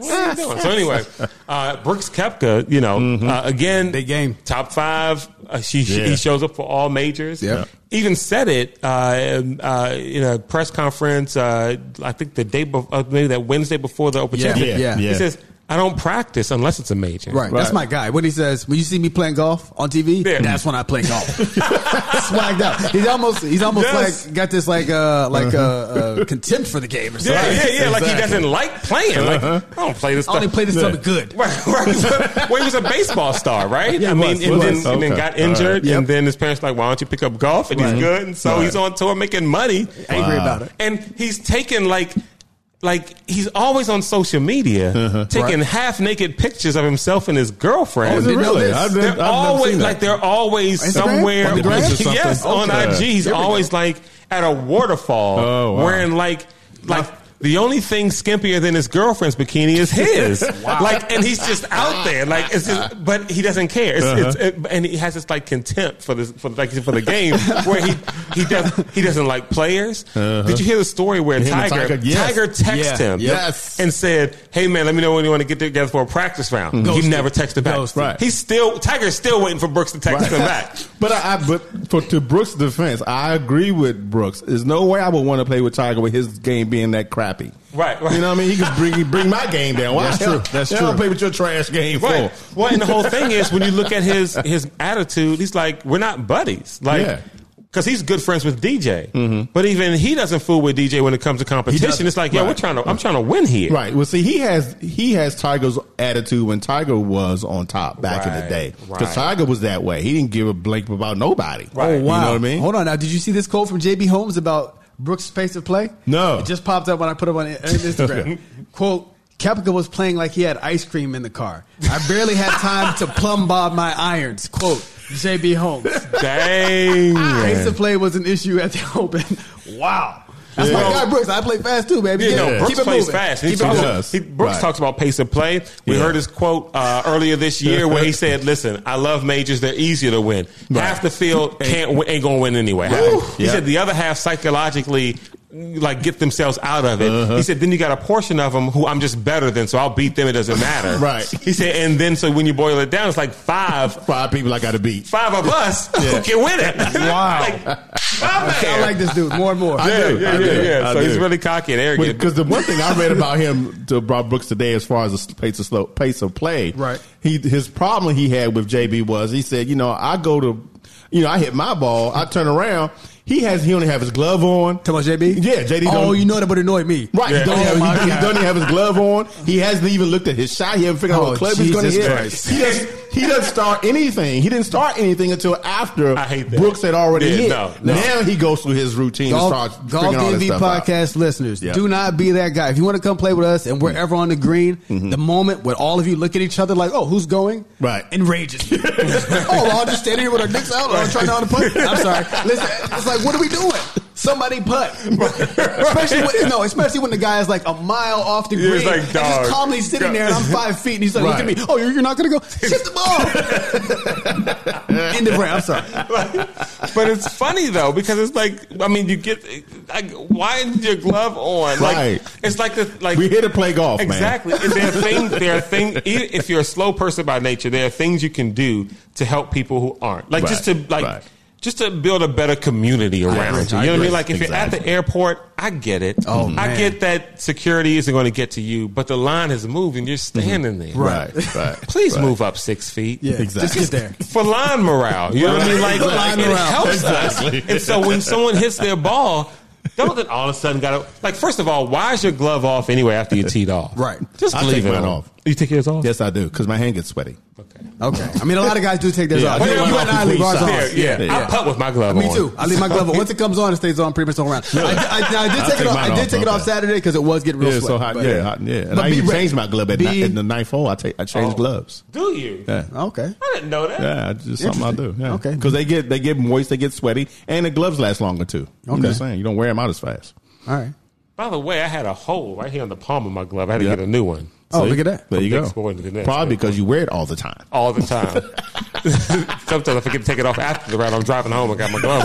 [SPEAKER 2] are you doing? So anyway, uh, Brooks Kepka, you know,
[SPEAKER 4] Mm-hmm.
[SPEAKER 2] uh, again,
[SPEAKER 4] Big game.
[SPEAKER 2] top five. Uh, she
[SPEAKER 3] Yeah.
[SPEAKER 2] he shows up for all majors.
[SPEAKER 4] Yeah.
[SPEAKER 2] Even said it uh, in, uh, in a press conference. Uh, I think the day before, uh, maybe that Wednesday before the Open
[SPEAKER 4] Yeah.
[SPEAKER 2] Championship.
[SPEAKER 3] Yeah,
[SPEAKER 4] Yeah.
[SPEAKER 3] yeah.
[SPEAKER 2] He says, I don't practice unless it's a major.
[SPEAKER 4] Right. That's my guy. When he says, when you see me playing golf on TV,
[SPEAKER 2] Yeah.
[SPEAKER 4] that's when I play golf. Swagged out. He's almost, he's almost
[SPEAKER 2] Yes.
[SPEAKER 4] like, got this like, uh, like, uh, uh, contempt for the game or
[SPEAKER 2] Yeah,
[SPEAKER 4] something.
[SPEAKER 2] yeah, yeah. Like he
[SPEAKER 4] Exactly. Uh-huh.
[SPEAKER 2] doesn't like playing. Like I don't play this.
[SPEAKER 4] I only
[SPEAKER 2] stuff.
[SPEAKER 4] play this stuff good.
[SPEAKER 2] Right, right. So, well, he was a baseball star, right?
[SPEAKER 4] Yeah,
[SPEAKER 2] I
[SPEAKER 4] he
[SPEAKER 2] mean,
[SPEAKER 4] was, he
[SPEAKER 2] and,
[SPEAKER 4] was.
[SPEAKER 2] then, and then
[SPEAKER 3] Okay.
[SPEAKER 2] got injured,
[SPEAKER 4] Yep.
[SPEAKER 2] and then his parents like, "Why don't you pick up golf?" And
[SPEAKER 4] Right.
[SPEAKER 2] he's good, and so he's on tour making money,
[SPEAKER 4] Angry about it.
[SPEAKER 2] and he's taking like. Like he's always on social media
[SPEAKER 4] Uh-huh.
[SPEAKER 2] taking half naked pictures of himself and his girlfriend.
[SPEAKER 3] Is it
[SPEAKER 4] didn't know
[SPEAKER 3] Oh, really?
[SPEAKER 4] this.
[SPEAKER 3] I've,
[SPEAKER 2] They're
[SPEAKER 3] never- I've never
[SPEAKER 2] always
[SPEAKER 3] seen that.
[SPEAKER 2] like they're always
[SPEAKER 4] Instagram?
[SPEAKER 2] somewhere.
[SPEAKER 4] On the gram?
[SPEAKER 2] yes, yes,
[SPEAKER 3] Okay.
[SPEAKER 2] on IG. He's
[SPEAKER 4] we
[SPEAKER 2] always like at a waterfall,
[SPEAKER 3] Oh, wow.
[SPEAKER 2] wearing like like. The only thing skimpier than his girlfriend's bikini is his. Like, and he's just out there. Like, it's just, but he doesn't care. It's, it's,
[SPEAKER 3] Uh-huh.
[SPEAKER 2] it, and he has this like contempt for this, for like for the game, where he he does he doesn't like players. Did you hear the story where
[SPEAKER 3] Uh-huh. Him and
[SPEAKER 2] Tiger Tiger,
[SPEAKER 3] Tiger, yes.
[SPEAKER 2] texted
[SPEAKER 4] Yeah,
[SPEAKER 2] him,
[SPEAKER 3] yes.
[SPEAKER 2] and said, "Hey man, let me know when you want to get together for a practice round."
[SPEAKER 3] Mm-hmm.
[SPEAKER 2] He
[SPEAKER 4] Ghosted.
[SPEAKER 2] never texted back.
[SPEAKER 4] Ghosted.
[SPEAKER 3] Right.
[SPEAKER 2] He's still Tiger's still waiting for Brooks to text him back.
[SPEAKER 3] But I, I but for to Brooks' defense, I agree with Brooks. There's no way I would want to play with Tiger with his game being that crappy.
[SPEAKER 2] Right, right.
[SPEAKER 3] You know what I mean? He could bring he bring my game down. Why
[SPEAKER 4] That's
[SPEAKER 3] the hell-
[SPEAKER 4] true. That's
[SPEAKER 3] the hell
[SPEAKER 4] true.
[SPEAKER 3] I play with your trash game
[SPEAKER 2] Right.
[SPEAKER 3] for.
[SPEAKER 2] Well, and the whole thing is when you look at his his attitude, he's like, "We're not buddies." Like.
[SPEAKER 3] Yeah. Mm-hmm.
[SPEAKER 2] Cause he's good friends with DJ, but even he doesn't fool with DJ when it comes to competition.
[SPEAKER 4] doesn't.
[SPEAKER 2] It's like, yeah, we're trying to, I'm trying to win here.
[SPEAKER 3] Right. Well, see, he has he has Tiger's attitude when Tiger was on top back in the
[SPEAKER 2] Right,
[SPEAKER 3] day. Because
[SPEAKER 2] right.
[SPEAKER 3] Tiger was that way. He didn't give a blank about nobody.
[SPEAKER 2] Right. Oh,
[SPEAKER 3] You know what I mean?
[SPEAKER 4] Hold on now. Did you see this quote from JB Holmes about Brooks' pace of play?
[SPEAKER 3] No.
[SPEAKER 4] It just popped up when I put up on Instagram. quote. Kepka was playing like he had ice cream in the car. I barely had time to plumb bob my irons. Quote, JB Holmes.
[SPEAKER 2] Dang.
[SPEAKER 4] Pace
[SPEAKER 2] man.
[SPEAKER 4] of play was an issue at the Open. Wow. That's my
[SPEAKER 2] Yeah.
[SPEAKER 4] guy, Brooks. I play fast too, baby.
[SPEAKER 2] Yeah,
[SPEAKER 4] Get
[SPEAKER 2] no,
[SPEAKER 4] it.
[SPEAKER 2] Brooks
[SPEAKER 4] Keep it
[SPEAKER 2] plays
[SPEAKER 4] moving.
[SPEAKER 2] fast.
[SPEAKER 4] Keep
[SPEAKER 2] He
[SPEAKER 4] it
[SPEAKER 2] talks,
[SPEAKER 4] moving.
[SPEAKER 3] does.
[SPEAKER 2] he- Brooks
[SPEAKER 3] Right.
[SPEAKER 2] talks about pace of play. We
[SPEAKER 3] Yeah.
[SPEAKER 2] heard his quote uh, earlier this year where he said, "Listen, I love majors. They're easier to win. Half the field can't win, ain't gonna win anyway." Half- He
[SPEAKER 3] Yeah.
[SPEAKER 2] said the other half psychologically. Like get themselves out of it. He said. Then you got a portion of them who I'm just better than, so I'll beat them. It doesn't matter.
[SPEAKER 3] Right.
[SPEAKER 2] He said. And then so when you boil it down, it's like five,
[SPEAKER 3] Five people I got to beat.
[SPEAKER 2] five of us who can win it.
[SPEAKER 4] Wow.
[SPEAKER 2] Like, I'm there.
[SPEAKER 4] I like this dude more and more.
[SPEAKER 3] I
[SPEAKER 2] Yeah,
[SPEAKER 3] do,
[SPEAKER 2] yeah,
[SPEAKER 3] I do,
[SPEAKER 2] yeah, yeah.
[SPEAKER 3] I
[SPEAKER 2] So he's
[SPEAKER 3] do.
[SPEAKER 2] really cocky and arrogant.
[SPEAKER 3] Because the one thing I read about him to about Brooks today, as far as the pace of slow pace of play,
[SPEAKER 4] Right.
[SPEAKER 3] He his problem he had with JB was he said, you know, I go to, you know, I hit my ball, I turn around, he has he only have his glove on.
[SPEAKER 4] Come on, JB.
[SPEAKER 3] Yeah, JD
[SPEAKER 4] Oh,
[SPEAKER 3] don't-
[SPEAKER 4] you know that would annoy me.
[SPEAKER 3] Right,
[SPEAKER 2] Yeah.
[SPEAKER 3] he, don't
[SPEAKER 4] Oh,
[SPEAKER 3] have,
[SPEAKER 4] my
[SPEAKER 3] he, he
[SPEAKER 4] God.
[SPEAKER 3] don't even have his glove on. He hasn't even looked at his shot. He haven't figured out
[SPEAKER 4] Oh,
[SPEAKER 3] what club he's going to
[SPEAKER 4] Jesus
[SPEAKER 3] hit.
[SPEAKER 4] Christ.
[SPEAKER 3] He doesn't, he doesn't start anything. He didn't start anything until after
[SPEAKER 2] I hate that.
[SPEAKER 3] Brooks had already
[SPEAKER 2] Yeah,
[SPEAKER 3] hit.
[SPEAKER 2] no, no.
[SPEAKER 3] Now he goes through his routine and
[SPEAKER 4] Golf,
[SPEAKER 3] starts
[SPEAKER 4] golf
[SPEAKER 3] figuring all this
[SPEAKER 4] DMV
[SPEAKER 3] stuff out.
[SPEAKER 4] podcast listeners,
[SPEAKER 3] Yeah. Mm-hmm.
[SPEAKER 4] do not be that guy. If you want to come play with us and we're ever on the green, the moment when all of you look at each other like, "Oh, who's going?"
[SPEAKER 3] Right.
[SPEAKER 4] enrages me. oh, we're all just standing here with our dicks out, all trying to how to putt. I'm sorry. Listen, it's like, what are we doing? Somebody putt, especially when, no, especially when the guy is like a mile off the
[SPEAKER 2] Yeah,
[SPEAKER 4] green,
[SPEAKER 2] it's like,
[SPEAKER 4] and
[SPEAKER 2] dog.
[SPEAKER 4] just calmly sitting there, and I'm five feet, and he's like,
[SPEAKER 3] Right.
[SPEAKER 4] look at me. Oh, you're, you're not gonna go? Shift the ball. End of rant. I'm sorry.
[SPEAKER 2] but it's funny though because it's like I mean you get like why is your glove on like
[SPEAKER 3] Right.
[SPEAKER 2] it's like the like
[SPEAKER 3] We here to play golf, man.
[SPEAKER 2] exactly And there are things there are things even if you're a slow person by nature there are things you can do to help people who aren't like just to
[SPEAKER 3] Right,
[SPEAKER 2] like
[SPEAKER 3] right.
[SPEAKER 2] just to build a better community around you you know what I mean
[SPEAKER 3] agree.
[SPEAKER 2] like if you're at the
[SPEAKER 3] Exactly.
[SPEAKER 2] airport I get it
[SPEAKER 4] Oh,
[SPEAKER 2] I
[SPEAKER 4] man.
[SPEAKER 2] get that security isn't going to get to you but the line has moved and you're standing there
[SPEAKER 3] Right, right.
[SPEAKER 2] please
[SPEAKER 3] right.
[SPEAKER 2] move up six feet
[SPEAKER 4] Yeah, Just
[SPEAKER 3] Exactly.
[SPEAKER 4] get there.
[SPEAKER 2] for line morale. You know what I mean? Like,
[SPEAKER 3] Exactly.
[SPEAKER 2] like it
[SPEAKER 4] Morale.
[SPEAKER 2] helps
[SPEAKER 3] Exactly.
[SPEAKER 2] us. And so when someone hits their ball, don't then all of a sudden got to like. First of all, why is your glove off anyway after you teed off?
[SPEAKER 4] Right.
[SPEAKER 2] Just
[SPEAKER 3] I
[SPEAKER 2] leave
[SPEAKER 3] take
[SPEAKER 2] it
[SPEAKER 3] mine
[SPEAKER 2] on.
[SPEAKER 3] off.
[SPEAKER 2] You take yours off.
[SPEAKER 3] Yes, I do because my hand gets sweaty.
[SPEAKER 4] Okay. I mean, a lot of guys do take theirs
[SPEAKER 3] Yeah,
[SPEAKER 4] off.
[SPEAKER 3] I
[SPEAKER 4] You
[SPEAKER 3] do
[SPEAKER 4] and
[SPEAKER 3] mine off
[SPEAKER 4] I leave
[SPEAKER 3] before
[SPEAKER 4] ours
[SPEAKER 3] you
[SPEAKER 4] on.
[SPEAKER 3] start.
[SPEAKER 2] There, yeah.
[SPEAKER 3] Yeah.
[SPEAKER 2] I putt with my glove
[SPEAKER 4] Me
[SPEAKER 2] on.
[SPEAKER 4] too. I leave my glove on. Once it comes on, it stays on pretty much all around. I, I, I did
[SPEAKER 3] I'll
[SPEAKER 4] take, it
[SPEAKER 3] take
[SPEAKER 4] off.
[SPEAKER 3] mine
[SPEAKER 4] I did
[SPEAKER 3] off,
[SPEAKER 4] take it off
[SPEAKER 3] okay.
[SPEAKER 4] Saturday because it was getting
[SPEAKER 3] Yeah,
[SPEAKER 4] real
[SPEAKER 3] it's
[SPEAKER 4] sweat.
[SPEAKER 3] so hot.
[SPEAKER 4] but-
[SPEAKER 3] yeah, hot, yeah. And
[SPEAKER 4] But
[SPEAKER 3] I
[SPEAKER 4] be
[SPEAKER 3] even
[SPEAKER 4] ready.
[SPEAKER 3] change my glove at
[SPEAKER 4] Be-
[SPEAKER 3] night. In the ninth hole, I take I change
[SPEAKER 2] Oh.
[SPEAKER 3] gloves.
[SPEAKER 2] Do you?
[SPEAKER 3] Yeah.
[SPEAKER 4] Okay.
[SPEAKER 2] I didn't know that.
[SPEAKER 3] Yeah, it's just something I do. Yeah.
[SPEAKER 4] Oh. Okay.
[SPEAKER 3] because they get they get moist, they get sweaty, and the gloves last longer too. I'm
[SPEAKER 4] Okay.
[SPEAKER 3] just saying you don't wear them out as fast.
[SPEAKER 4] All right.
[SPEAKER 2] By the way, I had a hole right here on the palm of my glove. I had to
[SPEAKER 3] Yeah.
[SPEAKER 2] get a new one
[SPEAKER 4] Oh,
[SPEAKER 3] See?
[SPEAKER 4] look at that.
[SPEAKER 3] There you
[SPEAKER 2] From
[SPEAKER 3] go.
[SPEAKER 2] next boy to the next.
[SPEAKER 3] Probably because you wear it all the time.
[SPEAKER 2] all the time. Sometimes I forget to take it off after the round. I'm driving home. I got my glove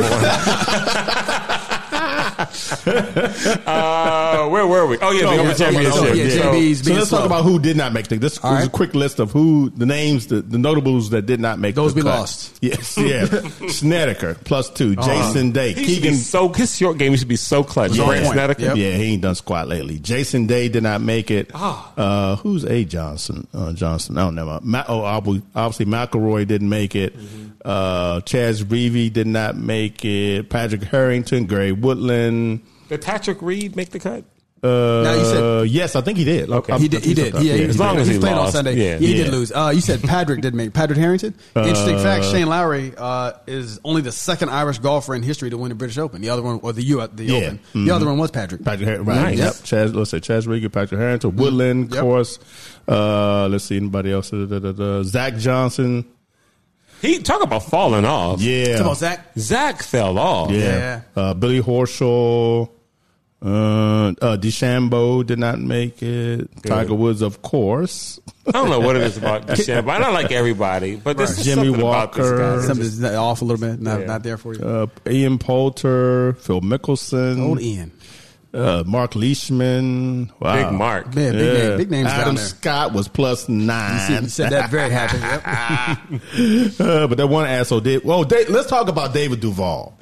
[SPEAKER 2] on. uh, where were we? Oh yeah, the
[SPEAKER 4] yeah,
[SPEAKER 2] Open Championship.
[SPEAKER 4] yeah, yeah,
[SPEAKER 2] So-
[SPEAKER 4] JB's
[SPEAKER 3] So
[SPEAKER 4] being
[SPEAKER 3] let's talk
[SPEAKER 4] slow.
[SPEAKER 3] about who did not make the. This
[SPEAKER 4] All
[SPEAKER 3] was a
[SPEAKER 4] right.
[SPEAKER 3] quick list of who the names, the, the notables that did not make
[SPEAKER 4] Those
[SPEAKER 3] the
[SPEAKER 4] we
[SPEAKER 3] cut.
[SPEAKER 4] lost. Uh-huh.
[SPEAKER 3] Yes, yeah. Snedeker plus two. Jason Day,
[SPEAKER 2] He should be
[SPEAKER 3] Keegan.
[SPEAKER 2] so his short game should be so clutch.
[SPEAKER 3] Yeah.
[SPEAKER 2] Brent
[SPEAKER 4] Point.
[SPEAKER 2] Snedeker.
[SPEAKER 4] Yep.
[SPEAKER 3] Yeah, he ain't done squat lately. Jason Day did not make it.
[SPEAKER 4] Ah.
[SPEAKER 3] Uh, who's A Johnson? Uh, Johnson. I don't know. Ma- oh, ob- obviously McElroy didn't make it.
[SPEAKER 4] Mm-hmm.
[SPEAKER 3] Uh, Chaz Reevy did not make it. Patrick Harrington, Gary Woodland.
[SPEAKER 2] Did Patrick Reed make the cut?
[SPEAKER 4] Now you said
[SPEAKER 3] Uh, yes, I think he did. Okay,
[SPEAKER 4] He did. He did. Yeah, he
[SPEAKER 2] As long
[SPEAKER 4] played-
[SPEAKER 2] as he
[SPEAKER 4] played on
[SPEAKER 2] lost,
[SPEAKER 4] Sunday.
[SPEAKER 2] yeah.
[SPEAKER 4] Yeah, he
[SPEAKER 3] Yeah.
[SPEAKER 4] did lose. Uh, you said Patrick did make Patrick Harrington. Interesting fact: Shane Lowry uh, is only the second Irish golfer in history to win the British Open. The other one, or the U, uh, the
[SPEAKER 3] Yeah. Mm-hmm.
[SPEAKER 4] Open. The other one was Patrick.
[SPEAKER 3] Patrick Harrington,
[SPEAKER 2] Nice.
[SPEAKER 3] right? Yep. Chaz, let's say Chaz Rieger, Patrick Harrington, Woodland,
[SPEAKER 4] Mm-hmm. Yep.
[SPEAKER 3] course. Uh, let's see anybody else. Da, da, da, da. Zach Johnson.
[SPEAKER 2] He talk about falling off.
[SPEAKER 3] Yeah.
[SPEAKER 4] Come on, Zach.
[SPEAKER 2] Zach fell off.
[SPEAKER 3] Yeah.
[SPEAKER 4] Yeah.
[SPEAKER 3] Uh, Billy Horschel. Uh, uh, DeChambeau did not make it. Tiger Woods, of course.
[SPEAKER 2] I don't know what it is about December. I don't like everybody, but this is
[SPEAKER 3] Jimmy
[SPEAKER 2] something about this
[SPEAKER 3] Walker.
[SPEAKER 2] guy.
[SPEAKER 4] Something's off a little bit. Not,
[SPEAKER 2] Yeah.
[SPEAKER 4] not there for you.
[SPEAKER 3] Uh, Ian Poulter, Phil Mickelson,
[SPEAKER 4] Old Ian.
[SPEAKER 3] uh, Mark Leishman, wow.
[SPEAKER 2] Big Mark.
[SPEAKER 4] Man, big,
[SPEAKER 3] Yeah.
[SPEAKER 4] name, big names
[SPEAKER 3] Adam
[SPEAKER 4] down there.
[SPEAKER 3] Scott was plus
[SPEAKER 4] You see,
[SPEAKER 3] nine.
[SPEAKER 4] you said that very happy. Yep.
[SPEAKER 3] Uh, but that one asshole did. Well, Dave, let's talk about David Duval.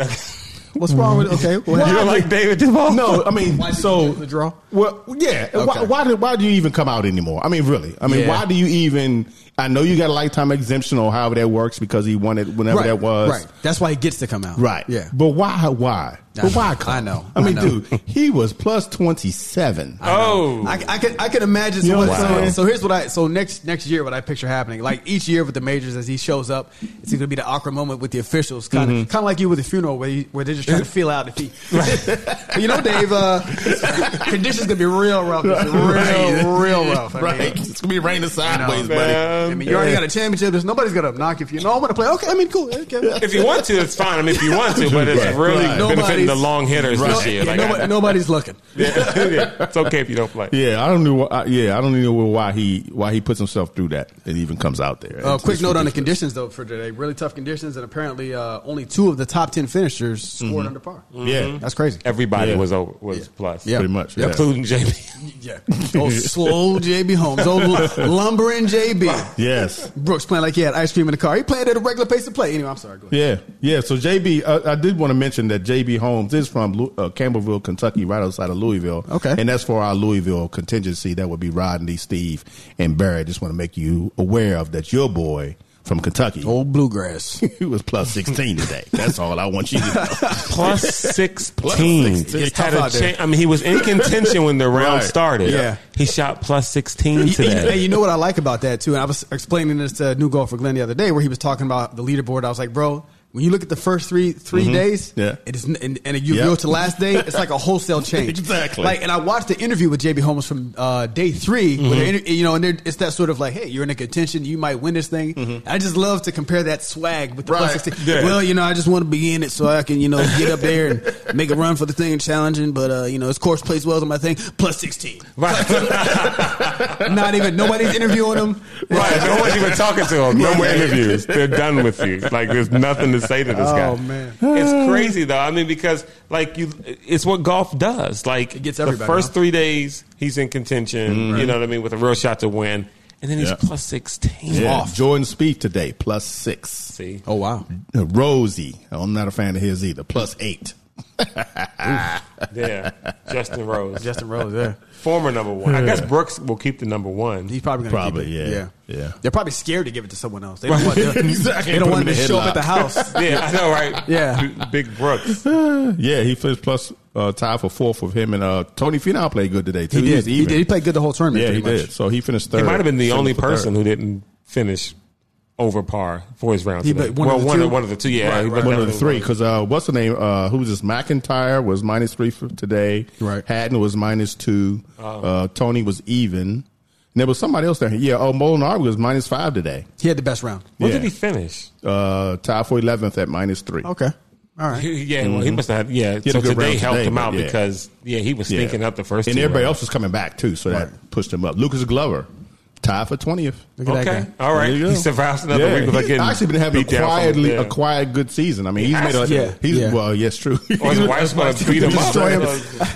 [SPEAKER 4] What's wrong with okay? What
[SPEAKER 2] You don't
[SPEAKER 4] happened?
[SPEAKER 2] like David Duval?
[SPEAKER 3] No, I mean,
[SPEAKER 4] Why did
[SPEAKER 3] so
[SPEAKER 4] you get the draw?
[SPEAKER 3] Well, yeah. Why,
[SPEAKER 4] Okay.
[SPEAKER 3] why do why do you even come out anymore? I mean, really? I mean,
[SPEAKER 4] Yeah.
[SPEAKER 3] why do you even? I know you got a lifetime exemption or however that works because he won it whenever that was.
[SPEAKER 4] right. That's why he gets to come out.
[SPEAKER 3] Right.
[SPEAKER 4] Yeah.
[SPEAKER 3] But why? Why? But why? Come?
[SPEAKER 4] I know.
[SPEAKER 3] I mean,
[SPEAKER 4] I know.
[SPEAKER 3] dude, he was plus twenty seven.
[SPEAKER 2] Oh,
[SPEAKER 4] I, I can I can imagine.
[SPEAKER 3] You know
[SPEAKER 4] So,
[SPEAKER 3] what I'm
[SPEAKER 4] so-
[SPEAKER 3] saying?
[SPEAKER 4] so here's what I so next next year what I picture happening. Like each year with the majors, as he shows up, it's going to be the awkward moment with the officials, kind
[SPEAKER 3] Mm-hmm.
[SPEAKER 4] of kind of like you with the funeral, where you, where they're just trying to feel out if he. you know, Dave, uh, conditions going to be real rough, this year. real real rough. I mean,
[SPEAKER 3] Right. It's gonna be raining sideways,
[SPEAKER 4] man.
[SPEAKER 3] buddy.
[SPEAKER 4] I mean, you already got a championship. There's nobody's going to knock you if you know I'm going to play. Okay, I mean, cool. Okay.
[SPEAKER 2] if you want to, it's fine. I mean, if you want to, but it's
[SPEAKER 3] Right.
[SPEAKER 2] really
[SPEAKER 3] Right.
[SPEAKER 2] benefiting the
[SPEAKER 4] Nobody's-
[SPEAKER 2] long hitters this
[SPEAKER 4] No-
[SPEAKER 2] year. Like,
[SPEAKER 4] nobody-
[SPEAKER 2] I-
[SPEAKER 4] nobody's looking.
[SPEAKER 2] yeah, yeah. it's okay if you don't play.
[SPEAKER 3] Yeah, I don't know. Why, yeah, I don't even know why he why he puts himself through that. It even comes out there.
[SPEAKER 4] Uh,
[SPEAKER 3] It's-
[SPEAKER 4] quick
[SPEAKER 3] it's
[SPEAKER 4] note on the
[SPEAKER 3] ridiculous.
[SPEAKER 4] conditions though for today. Really tough conditions, and apparently uh, only two of the top ten finishers scored under par.
[SPEAKER 3] Yeah,
[SPEAKER 4] That's crazy.
[SPEAKER 2] Everybody
[SPEAKER 3] Yeah.
[SPEAKER 2] was over, was plus.
[SPEAKER 4] Yeah.
[SPEAKER 3] pretty much. Yeah.
[SPEAKER 2] including Jamie.
[SPEAKER 4] Yeah. Oh, slow JB Holmes. Old lu- lumbering JB.
[SPEAKER 3] Yes.
[SPEAKER 4] Brooks playing like he had ice cream in the car. He played at a regular pace of play. Anyway, I'm sorry. Go ahead.
[SPEAKER 3] Yeah, yeah. So JB, uh, I did want to mention that JB Holmes is from Lu- uh, Campbellville, Kentucky, right outside of Louisville.
[SPEAKER 4] Okay.
[SPEAKER 3] and that's for our Louisville contingency. That would be Rodney, Steve, and Barry. I just want to make you aware of that. Your boy from Kentucky,
[SPEAKER 4] Old bluegrass.
[SPEAKER 3] he was plus sixteen today. That's all I want you to know.
[SPEAKER 2] plus sixteen.
[SPEAKER 3] It's
[SPEAKER 2] Had
[SPEAKER 4] tough
[SPEAKER 2] a
[SPEAKER 4] out there.
[SPEAKER 2] chan- I mean, he was in contention when the round
[SPEAKER 3] Right.
[SPEAKER 2] started.
[SPEAKER 4] Yeah.
[SPEAKER 2] he shot plus sixteen
[SPEAKER 4] You- you- And
[SPEAKER 2] today.
[SPEAKER 4] you know what I like about that too. And I was explaining this to New Golfer Glenn the other day, where he was talking about the leaderboard. I was like, bro, when you look at the first three three days,
[SPEAKER 3] Mm-hmm. Yeah.
[SPEAKER 4] it is, n- and, and you
[SPEAKER 3] Yep.
[SPEAKER 4] go to last day, it's like a wholesale change.
[SPEAKER 3] Exactly.
[SPEAKER 4] Like, and I watched the interview with JB Holmes from uh, day 3
[SPEAKER 3] Mm-hmm.
[SPEAKER 4] where they're inter- you know, and they're- it's that sort of like, hey, you're in a contention, you might win this thing. I just love to compare that swag with the
[SPEAKER 3] Mm-hmm. Right.
[SPEAKER 4] plus 16.
[SPEAKER 2] Yeah.
[SPEAKER 4] Well, you know, I just want to be in it so I can, you know, get up there and make a run for the thing and challenging. But uh, you know, this course plays well on my thing. Plus 16. Not even nobody's interviewing him.
[SPEAKER 2] Right, no one's even talking to him. No more
[SPEAKER 4] Right.
[SPEAKER 2] interviews. They're done with you. Like there's nothing to say to this guy.
[SPEAKER 4] Oh, man.
[SPEAKER 2] it's crazy though. I mean, because like you, it's what golf does. Like
[SPEAKER 4] It gets
[SPEAKER 2] the
[SPEAKER 4] everybody,
[SPEAKER 2] first
[SPEAKER 4] huh?
[SPEAKER 2] three days, he's in contention. You know what I mean, with a real shot to win, and then he's
[SPEAKER 3] Mm-hmm. Yeah.
[SPEAKER 2] plus sixteen.
[SPEAKER 3] Yeah.
[SPEAKER 2] Off.
[SPEAKER 3] Jordan Spieth today plus six.
[SPEAKER 2] See,
[SPEAKER 4] Oh wow.
[SPEAKER 3] Rosie, I'm not a fan of his either. Plus eight.
[SPEAKER 2] yeah, Justin Rose,
[SPEAKER 4] Justin Rose, yeah.
[SPEAKER 2] former number one. I guess Brooks will keep the number one.
[SPEAKER 4] He's probably gonna
[SPEAKER 3] Probably,
[SPEAKER 4] keep it.
[SPEAKER 3] yeah. Yeah.
[SPEAKER 4] They're probably scared to give it to someone else. They don't want,
[SPEAKER 3] Exactly.
[SPEAKER 4] they
[SPEAKER 3] Put him
[SPEAKER 4] don't want
[SPEAKER 3] in
[SPEAKER 4] to
[SPEAKER 3] the
[SPEAKER 4] show up at the
[SPEAKER 3] headlock.
[SPEAKER 4] house.
[SPEAKER 2] yeah, I know, right?
[SPEAKER 4] Yeah.
[SPEAKER 2] B- Big Brooks.
[SPEAKER 3] Yeah, he finished plus uh, tied for fourth with him and uh, Tony Finau played good today too.
[SPEAKER 4] He
[SPEAKER 3] was
[SPEAKER 4] did. He
[SPEAKER 3] even.
[SPEAKER 4] did. He played good the whole tournament.
[SPEAKER 3] Yeah, he
[SPEAKER 4] pretty much.
[SPEAKER 3] did. So he finished third.
[SPEAKER 2] He might have been the
[SPEAKER 3] Finished
[SPEAKER 2] only
[SPEAKER 3] for third.
[SPEAKER 2] person who didn't finish over par for his round.
[SPEAKER 4] He
[SPEAKER 2] today.
[SPEAKER 4] bet one
[SPEAKER 2] well,
[SPEAKER 4] of the
[SPEAKER 2] one,
[SPEAKER 4] two?
[SPEAKER 2] Of, one of the two, yeah.
[SPEAKER 4] Right,
[SPEAKER 2] he
[SPEAKER 4] right.
[SPEAKER 2] bet
[SPEAKER 3] One of the
[SPEAKER 2] definitely
[SPEAKER 3] three, because uh, what's the name? Uh, who was this? McIntyre was minus three for today.
[SPEAKER 4] Right.
[SPEAKER 3] Haddon was minus two.
[SPEAKER 2] Oh.
[SPEAKER 3] Uh, Tony was even. And there was somebody else there. Yeah. Oh, Molinari was minus five today.
[SPEAKER 4] He had the best round.
[SPEAKER 2] What
[SPEAKER 3] Yeah.
[SPEAKER 2] did he finish?
[SPEAKER 3] Uh, tied for eleventh at minus three.
[SPEAKER 4] Okay. All right.
[SPEAKER 2] He- Yeah, well, he must have. Yeah,
[SPEAKER 3] had
[SPEAKER 2] so
[SPEAKER 3] a good
[SPEAKER 2] today
[SPEAKER 3] round
[SPEAKER 2] helped
[SPEAKER 3] today,
[SPEAKER 2] him
[SPEAKER 3] but
[SPEAKER 2] out
[SPEAKER 3] yeah.
[SPEAKER 2] because yeah, he was
[SPEAKER 3] Yeah.
[SPEAKER 2] stinking up the first.
[SPEAKER 3] And
[SPEAKER 2] two
[SPEAKER 3] everybody
[SPEAKER 2] rounds.
[SPEAKER 3] else was coming back too, so that pushed him up. Lucas Glover tied for twentieth.
[SPEAKER 4] Look at
[SPEAKER 2] Okay.
[SPEAKER 4] that guy.
[SPEAKER 2] All right.
[SPEAKER 3] There you go.
[SPEAKER 2] He survives another week without
[SPEAKER 3] he's
[SPEAKER 2] getting
[SPEAKER 3] actually been having a
[SPEAKER 2] beat down from-
[SPEAKER 3] quietly
[SPEAKER 2] yeah.
[SPEAKER 3] a quiet good season. I mean, he's made
[SPEAKER 2] has
[SPEAKER 3] a
[SPEAKER 2] to.
[SPEAKER 4] Yeah,
[SPEAKER 3] he's
[SPEAKER 4] yeah.
[SPEAKER 3] well, yes, true.
[SPEAKER 2] Or his wife's gonna beat him up.
[SPEAKER 3] Destroy him.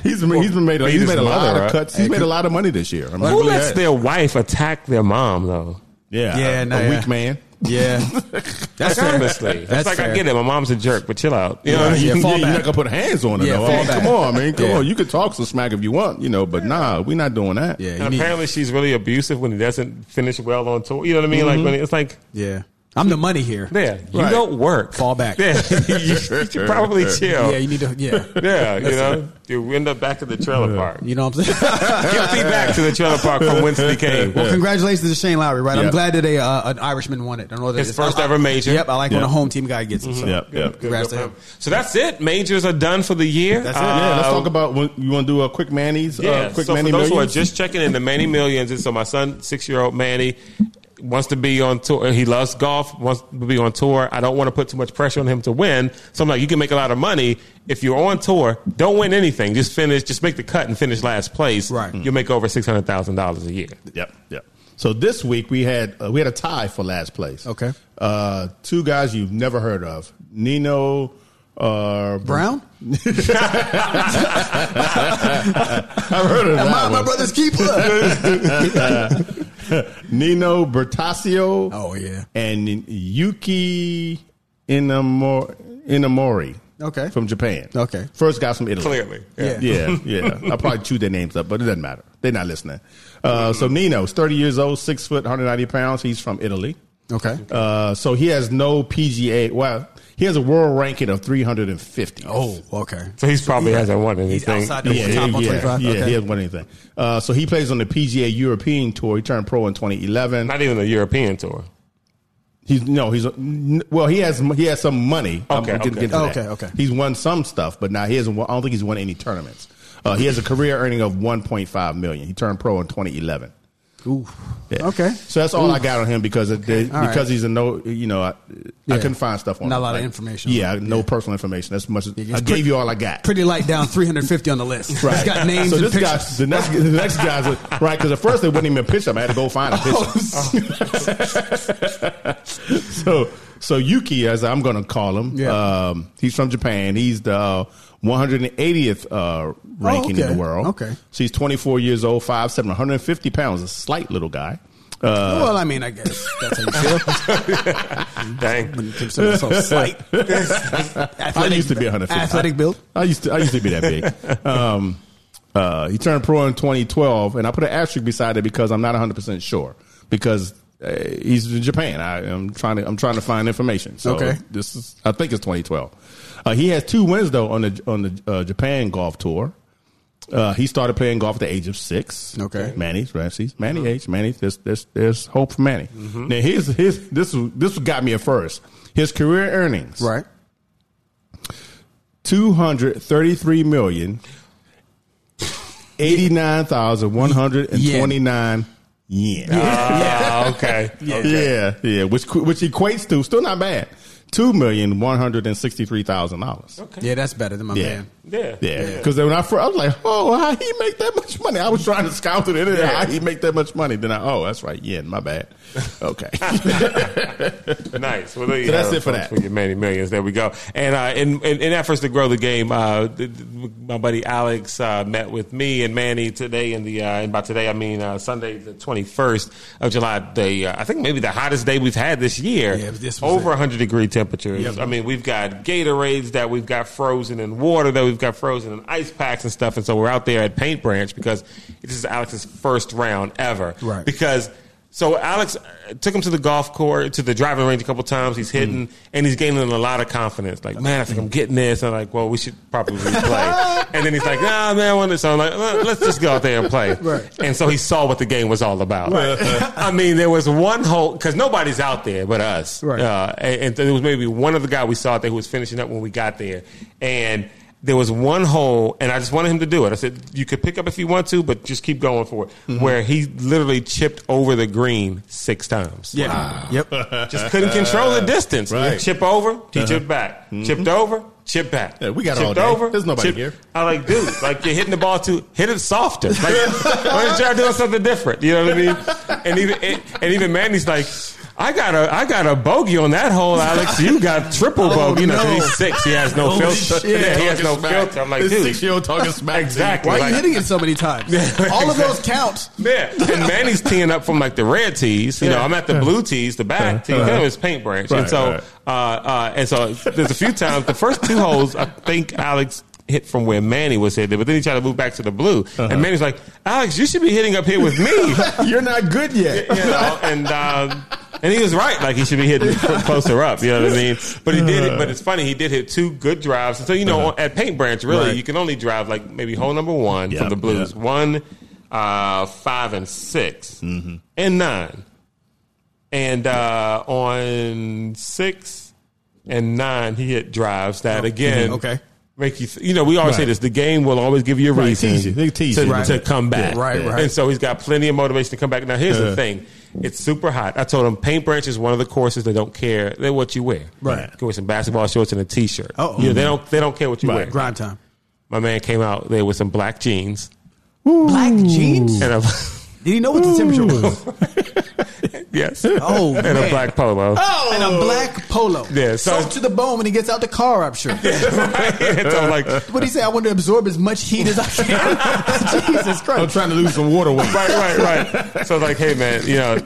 [SPEAKER 3] He's been, he's been made a,
[SPEAKER 2] Beat
[SPEAKER 3] he's
[SPEAKER 2] his
[SPEAKER 3] made a lot
[SPEAKER 2] mother
[SPEAKER 3] of
[SPEAKER 2] up.
[SPEAKER 3] cuts. He's made a lot of money this year. I mean,
[SPEAKER 2] Who
[SPEAKER 3] really
[SPEAKER 2] lets
[SPEAKER 3] has.
[SPEAKER 2] their wife attack their mom though?
[SPEAKER 3] yeah,
[SPEAKER 4] Yeah,
[SPEAKER 3] a,
[SPEAKER 4] no,
[SPEAKER 3] a
[SPEAKER 4] yeah.
[SPEAKER 3] weak man.
[SPEAKER 4] Yeah, that's fair.
[SPEAKER 2] Honestly, that's like I
[SPEAKER 4] fair.
[SPEAKER 2] get it. My mom's a jerk, but chill out. You know what I
[SPEAKER 4] Yeah,
[SPEAKER 2] mean?
[SPEAKER 4] yeah, fall
[SPEAKER 3] you're
[SPEAKER 4] back.
[SPEAKER 3] not gonna put hands on it.
[SPEAKER 4] Yeah,
[SPEAKER 3] though. I
[SPEAKER 4] fall
[SPEAKER 3] mean,
[SPEAKER 4] back.
[SPEAKER 3] come on, man. Come
[SPEAKER 4] Yeah.
[SPEAKER 3] on. You could talk some smack if you want, you know, but nah, we're not doing that.
[SPEAKER 4] Yeah, you
[SPEAKER 2] And
[SPEAKER 4] need-
[SPEAKER 2] apparently, she's really abusive when he doesn't finish well on tour. You know what I
[SPEAKER 3] Mm-hmm.
[SPEAKER 2] mean? Like when it's like,
[SPEAKER 4] yeah. I'm the money here.
[SPEAKER 2] yeah, you
[SPEAKER 3] Right.
[SPEAKER 2] don't work.
[SPEAKER 4] Fall back.
[SPEAKER 2] Yeah, you, you should probably chill.
[SPEAKER 4] Yeah, you need to. Yeah,
[SPEAKER 2] Yeah, you know, you end up back at the trailer park.
[SPEAKER 4] you know what I'm saying.
[SPEAKER 2] Get me back to the trailer park from whence he came.
[SPEAKER 4] Well, congratulations to Shane Lowry, right?
[SPEAKER 3] Yeah.
[SPEAKER 4] I'm glad that a, uh, an Irishman won it. I know that
[SPEAKER 2] His
[SPEAKER 4] it's-
[SPEAKER 2] first
[SPEAKER 4] I- I-
[SPEAKER 2] ever major.
[SPEAKER 4] Yep, I like when
[SPEAKER 3] Yeah.
[SPEAKER 4] a home team guy gets it. So.
[SPEAKER 3] Yep, yep.
[SPEAKER 4] Congrats to him.
[SPEAKER 2] So that's it. Majors are done for the year.
[SPEAKER 4] That's it.
[SPEAKER 3] Yeah, let's
[SPEAKER 2] Uh,
[SPEAKER 3] talk about what you want to do a quick Manny's.
[SPEAKER 2] Yeah.
[SPEAKER 3] uh, quick
[SPEAKER 2] so
[SPEAKER 3] Manny
[SPEAKER 2] for those who are
[SPEAKER 3] Millions?
[SPEAKER 2] just checking in, the Manny Millions. And so my son, six year old Manny, wants to be on tour. He loves golf. Wants to be on tour. I don't want to put too much pressure on him to win. So I'm like, you can make a lot of money if you're on tour. Don't win anything. Just finish. Just make the cut and finish last place.
[SPEAKER 4] Right.
[SPEAKER 2] You'll make over six hundred thousand dollars a year.
[SPEAKER 3] Yep, yep. So this week we had uh, we had a tie for last place.
[SPEAKER 4] Okay.
[SPEAKER 3] uh, two guys you've never heard of, Nino uh,
[SPEAKER 4] Brown,
[SPEAKER 3] I've heard of
[SPEAKER 4] my,
[SPEAKER 3] that
[SPEAKER 4] my
[SPEAKER 3] one. Uh,
[SPEAKER 4] brother's keeper.
[SPEAKER 3] Nino Bertasio.
[SPEAKER 4] Oh, yeah.
[SPEAKER 3] and Yuki Inamori, Inamori.
[SPEAKER 4] Okay.
[SPEAKER 3] from Japan.
[SPEAKER 4] Okay.
[SPEAKER 3] first guys from Italy.
[SPEAKER 2] Clearly.
[SPEAKER 4] Yeah.
[SPEAKER 3] yeah, yeah. I probably chewed their names up, but it doesn't matter. They're not listening. Uh, so Nino's thirty years old, six foot, hundred ninety pounds. He's from Italy.
[SPEAKER 4] okay.
[SPEAKER 3] Uh, so he has no PGA. Well, he has a world ranking of 350.
[SPEAKER 4] Oh, okay.
[SPEAKER 2] So he's probably hasn't won anything.
[SPEAKER 4] outside the-
[SPEAKER 3] yeah, yeah,
[SPEAKER 4] Top
[SPEAKER 3] yeah,
[SPEAKER 4] 125?
[SPEAKER 3] yeah,
[SPEAKER 4] Okay.
[SPEAKER 3] he hasn't won anything. Uh, so he plays on the PGA European Tour. He turned pro in 2011.
[SPEAKER 2] Not even the European tour.
[SPEAKER 3] He's no, he's n- well, he has he has some money. I'm
[SPEAKER 2] Okay,
[SPEAKER 3] getting-
[SPEAKER 2] okay.
[SPEAKER 3] getting to that.
[SPEAKER 4] Okay, okay.
[SPEAKER 3] He's won some stuff, but now he hasn't. Won, I don't think he's won any tournaments. Uh, he has a career earning of 1.5 million. He turned pro in 2011.
[SPEAKER 4] Ooh.
[SPEAKER 3] Yeah.
[SPEAKER 4] Okay.
[SPEAKER 3] so that's all I got on him because it, they-
[SPEAKER 4] All right.
[SPEAKER 3] because he's a no. You know, I, I couldn't find stuff on
[SPEAKER 4] Not a
[SPEAKER 3] him.
[SPEAKER 4] lot of information.
[SPEAKER 3] Yeah, no personal information. That's much. As, I
[SPEAKER 4] it's
[SPEAKER 3] gave
[SPEAKER 4] pretty-
[SPEAKER 3] you all I got.
[SPEAKER 4] Pretty light down, 350 on the list. He's got names
[SPEAKER 3] So
[SPEAKER 4] and
[SPEAKER 3] this
[SPEAKER 4] pictures.
[SPEAKER 3] guy, the next, the next guy's a- right because at first they wouldn't even pitch him. I had to go find a
[SPEAKER 4] Oh,
[SPEAKER 3] picture. so, so Yuki, as I'm going to call him,
[SPEAKER 4] Yeah.
[SPEAKER 3] um, he's from Japan. He's the uh, 180th uh, ranking in
[SPEAKER 4] okay.
[SPEAKER 3] the world.
[SPEAKER 4] Okay.
[SPEAKER 3] so he's 24 years old, 5'7", 150 pounds, a slight little guy. Uh,
[SPEAKER 4] well, I mean, I guess that's how you feel.
[SPEAKER 2] Dang.
[SPEAKER 4] when you consider so slight.
[SPEAKER 3] I used to be 150.
[SPEAKER 4] Athletic build.
[SPEAKER 3] I used to I used to be that big. Um, uh, he turned pro in 2012, and I put an asterisk beside it because I'm not 100 percent sure because uh, he's in Japan. I am trying to I'm trying to find information. So
[SPEAKER 4] Okay.
[SPEAKER 3] this is I think it's 2012. Uh, he has two wins though on the on the uh, Japan golf tour. Uh, he started playing golf at the age of six.
[SPEAKER 4] Okay. Uh-huh.
[SPEAKER 3] Manny's Ramsey's Manny H. Manny, there's there's there's hope for Manny.
[SPEAKER 4] Mm-hmm.
[SPEAKER 3] Now his his this was- this got me at first. His career earnings
[SPEAKER 4] Right.
[SPEAKER 3] two hundred thirty-three million eighty-nine thousand one hundred and twenty-nine yen.
[SPEAKER 2] Ah, okay. Okay.
[SPEAKER 3] Yeah, yeah, which which equates to still not bad two million one hundred and sixty-three thousand dollars.
[SPEAKER 4] Yeah, that's better than my
[SPEAKER 3] Yeah.
[SPEAKER 4] man.
[SPEAKER 2] Yeah.
[SPEAKER 3] Yeah, because when I first, I was like, "Oh, how he make that much money?" I was trying to scout the internet.
[SPEAKER 2] Yeah.
[SPEAKER 3] How he make that much money? Then I, oh, that's right, yeah, my bad. Okay,
[SPEAKER 2] Nice. Well, there you
[SPEAKER 3] So that's
[SPEAKER 2] have
[SPEAKER 3] it for
[SPEAKER 2] folks,
[SPEAKER 3] that.
[SPEAKER 2] For your many millions, there we go. And uh, in, in, in efforts to grow the game, uh, th- th- my buddy Alex uh, met with me and Manny today. In the uh, and by today I mean uh, Sunday, the twenty first of July. The uh, I think maybe the hottest day we've had this year.
[SPEAKER 4] Yeah, this was
[SPEAKER 2] over
[SPEAKER 4] it.
[SPEAKER 2] hundred degree temperatures. I mean, we've got Gatorades that we've got frozen in water that we've got frozen in ice packs and stuff. And so we're out there at Paint Branch because this is Alex's first round ever.
[SPEAKER 4] Right.
[SPEAKER 2] Because so Alex uh, took him to the golf course, to the driving range a couple times. He's
[SPEAKER 4] Mm-hmm.
[SPEAKER 2] hitting, and he's gaining a lot of confidence. Like, man, I think I'm getting this. I'm like, well, we should probably play. and then he's like, nah, man, I want this. So I'm like, "Let- let's just go out there and play.
[SPEAKER 4] Right.
[SPEAKER 2] And so he saw what the game was all about. I mean, there was one hole because nobody's out there but us.
[SPEAKER 4] Right.
[SPEAKER 2] Uh, and, and there was maybe one other guy we saw out there who was finishing up when we got there, and. There was one hole, and I just wanted him to do it. I said, "You could pick up if you want to, but just keep going for it." Where he literally chipped over the green six times.
[SPEAKER 4] Yeah. Yep.
[SPEAKER 2] just couldn't control the distance.
[SPEAKER 3] Right. Uh-huh. Mm-hmm.
[SPEAKER 2] Chip over, he chipped back. Chipped over, chip back.
[SPEAKER 3] Yeah, we got it
[SPEAKER 2] chipped
[SPEAKER 3] all day. There's nobody
[SPEAKER 2] chipped-
[SPEAKER 3] here.
[SPEAKER 2] I like, dude, like you're hitting the ball too. Hit it softer. Like, why don't y'all doing something different? You know what I mean? And even and even Mandy's like. I got a I got a bogey on that hole, Alex. You got
[SPEAKER 3] Oh,
[SPEAKER 2] triple bogey. You know, 'cause he's six. He has no
[SPEAKER 4] Holy
[SPEAKER 2] filter.
[SPEAKER 4] shit.
[SPEAKER 2] Yeah, he has no
[SPEAKER 3] Talking
[SPEAKER 2] filter. I'm like,
[SPEAKER 3] This
[SPEAKER 2] dude,
[SPEAKER 3] six-year-old talking smack. to you.
[SPEAKER 2] Exactly.
[SPEAKER 4] Why are
[SPEAKER 2] Like-
[SPEAKER 4] you hitting it so many times? All of those count.
[SPEAKER 2] Yeah, and Manny's teeing up from like the red tees. You know, I'm at the blue tees, the back tee. Him is paint branch, and
[SPEAKER 3] Right,
[SPEAKER 2] so
[SPEAKER 3] right.
[SPEAKER 2] uh, uh, and so there's a few times. The first two holes, I think Alex hit from where Manny was hitting, but then he tried to move back to the blue,
[SPEAKER 3] Uh-huh.
[SPEAKER 2] and Manny's like, "Alex, you should be hitting up here with me."
[SPEAKER 3] You're not good yet.
[SPEAKER 2] you know, and um, and he was right. Like he should be hitting cl- closer up. You know what I mean? But he did. it. But it's funny. He did hit two good drives. So you know, at Paint Branch, really,
[SPEAKER 3] Uh-huh. Right.
[SPEAKER 2] you can only drive like maybe hole number one
[SPEAKER 3] Yeah,
[SPEAKER 2] from the Blues,
[SPEAKER 3] yeah.
[SPEAKER 2] one, uh, five, and 6
[SPEAKER 3] Mm-hmm.
[SPEAKER 2] and nine, and uh, on six and nine, he hit drives that again.
[SPEAKER 4] okay.
[SPEAKER 2] Make you, th- you know, we always say
[SPEAKER 3] Oh, mm-hmm. Right.
[SPEAKER 2] this: the game will always give you a
[SPEAKER 3] Right,
[SPEAKER 2] reason
[SPEAKER 3] tease you. They tease
[SPEAKER 2] to,
[SPEAKER 3] you. Right.
[SPEAKER 2] to come back.
[SPEAKER 4] Yeah, right, right.
[SPEAKER 2] And so he's got plenty of motivation to come back. Now here's the
[SPEAKER 3] Yeah.
[SPEAKER 2] thing: it's super hot. I told him Paint Branch is one of the courses they don't care. They what you wear.
[SPEAKER 3] Right.
[SPEAKER 2] You can wear some basketball shorts and a t-shirt.
[SPEAKER 4] Oh.
[SPEAKER 2] You know, they don't. They don't care what you
[SPEAKER 3] Right.
[SPEAKER 2] wear.
[SPEAKER 4] Grind time.
[SPEAKER 2] My man came out there with some black jeans
[SPEAKER 4] Black jeans?
[SPEAKER 2] and a
[SPEAKER 4] Did he know what the temperature was?
[SPEAKER 2] yes,
[SPEAKER 4] Oh,
[SPEAKER 2] and a
[SPEAKER 4] man.
[SPEAKER 2] black polo.
[SPEAKER 3] Oh!
[SPEAKER 4] And a black polo.
[SPEAKER 2] Yeah, so-
[SPEAKER 4] Soaked to the bone when he gets out the car, I'm sure.
[SPEAKER 2] and so I'm like,
[SPEAKER 4] What he say? I want to absorb as much heat as I can. Jesus
[SPEAKER 3] I'm
[SPEAKER 4] Christ!
[SPEAKER 3] trying to lose some water weight.
[SPEAKER 2] right, right, right. So I was like, hey man, you know,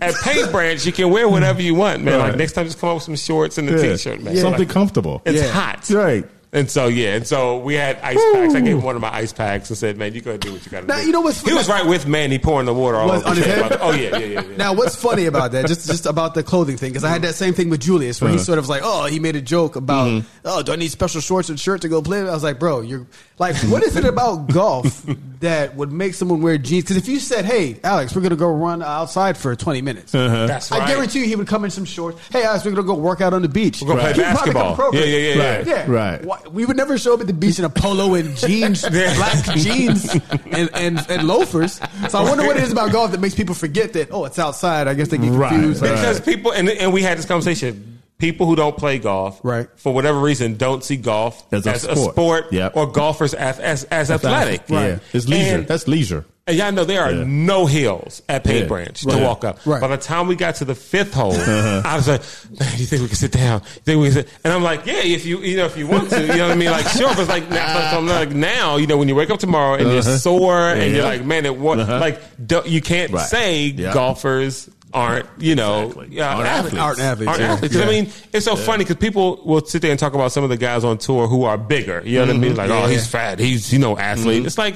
[SPEAKER 2] at Paint Branch you can wear whatever you want, man. Like
[SPEAKER 3] Right.
[SPEAKER 2] next time, just come up with some shorts and a
[SPEAKER 3] Yeah.
[SPEAKER 2] t-shirt, man.
[SPEAKER 3] Something
[SPEAKER 2] Like,
[SPEAKER 3] comfortable.
[SPEAKER 2] it's
[SPEAKER 4] Yeah.
[SPEAKER 2] hot,
[SPEAKER 3] right.
[SPEAKER 2] And so yeah, and so we had ice packs. I gave him one of my ice packs and said, "Man, you gotta do what you gotta
[SPEAKER 4] Now,
[SPEAKER 2] do."
[SPEAKER 4] you know what's-
[SPEAKER 2] he was right with Manny pouring the water all
[SPEAKER 4] Was-
[SPEAKER 2] over
[SPEAKER 4] on his
[SPEAKER 2] chair.
[SPEAKER 4] head?
[SPEAKER 2] Oh yeah, yeah, yeah. yeah.
[SPEAKER 4] Now, what's funny about that? Just just about the clothing thing, because I had that same thing with Julius, where he sort of was like, "Oh, he made a joke about, oh, do I need special shorts and shirt to go play?" I was like, "Bro, you're like, what is it about golf that would make someone wear jeans?" Because if you said, "Hey, Alex, we're gonna go run outside for 20 minutes,"
[SPEAKER 2] That's right.
[SPEAKER 4] I guarantee you he would come in some shorts. Hey, Alex, we're gonna go work out on the beach.
[SPEAKER 2] We're gonna
[SPEAKER 4] He'd
[SPEAKER 2] play
[SPEAKER 4] probably come
[SPEAKER 2] basketball.
[SPEAKER 4] appropriate.
[SPEAKER 2] Yeah, yeah, yeah,
[SPEAKER 3] Right.
[SPEAKER 2] yeah.
[SPEAKER 4] Yeah,
[SPEAKER 3] Right.
[SPEAKER 4] Why, we would never show up at the beach in a polo and jeans, black jeans, and, and, and loafers. So I wonder what it is about golf that makes people forget that. Oh, it's outside. I guess they get
[SPEAKER 3] Right,
[SPEAKER 4] confused.
[SPEAKER 3] right.
[SPEAKER 2] Because people and and we had this conversation. People who don't play golf,
[SPEAKER 4] Right.
[SPEAKER 2] for whatever reason, don't see golf as, a sport,
[SPEAKER 3] Yep.
[SPEAKER 2] or golfers as as, as athletic.
[SPEAKER 3] Yeah. It's leisure.
[SPEAKER 2] And-
[SPEAKER 3] That's leisure.
[SPEAKER 2] And y'all know there are
[SPEAKER 3] Yeah.
[SPEAKER 2] no hills at Paint
[SPEAKER 3] Yeah.
[SPEAKER 2] Branch
[SPEAKER 3] Right. Uh-huh.
[SPEAKER 2] to walk up.
[SPEAKER 4] Right.
[SPEAKER 2] By the time we got to the fifth hole, I was like, "Man, you think we can sit down? You think we can sit?" And I'm like, "Yeah, if you you know if you want to, you know what I mean? Like, sure." But it's like now, so I'm like now, you know, when you wake up tomorrow and you're sore and you're
[SPEAKER 3] Uh-huh. Yeah. Uh-huh.
[SPEAKER 2] like, "Man, it was like do you can't
[SPEAKER 3] Right.
[SPEAKER 2] say
[SPEAKER 3] Yeah.
[SPEAKER 2] golfers." Aren't you know
[SPEAKER 3] Exactly.
[SPEAKER 2] uh,
[SPEAKER 3] Aren't athletes.
[SPEAKER 4] Aren't athletes,
[SPEAKER 2] Aren't
[SPEAKER 4] yeah.
[SPEAKER 2] athletes. 'Cause I mean, it's so funny because people will sit there and talk about some of the guys on tour who are bigger. You know
[SPEAKER 3] Mm-hmm.
[SPEAKER 2] what I mean? Like, oh, he's fat. He's you know athlete.
[SPEAKER 4] Mm-hmm.
[SPEAKER 2] It's like,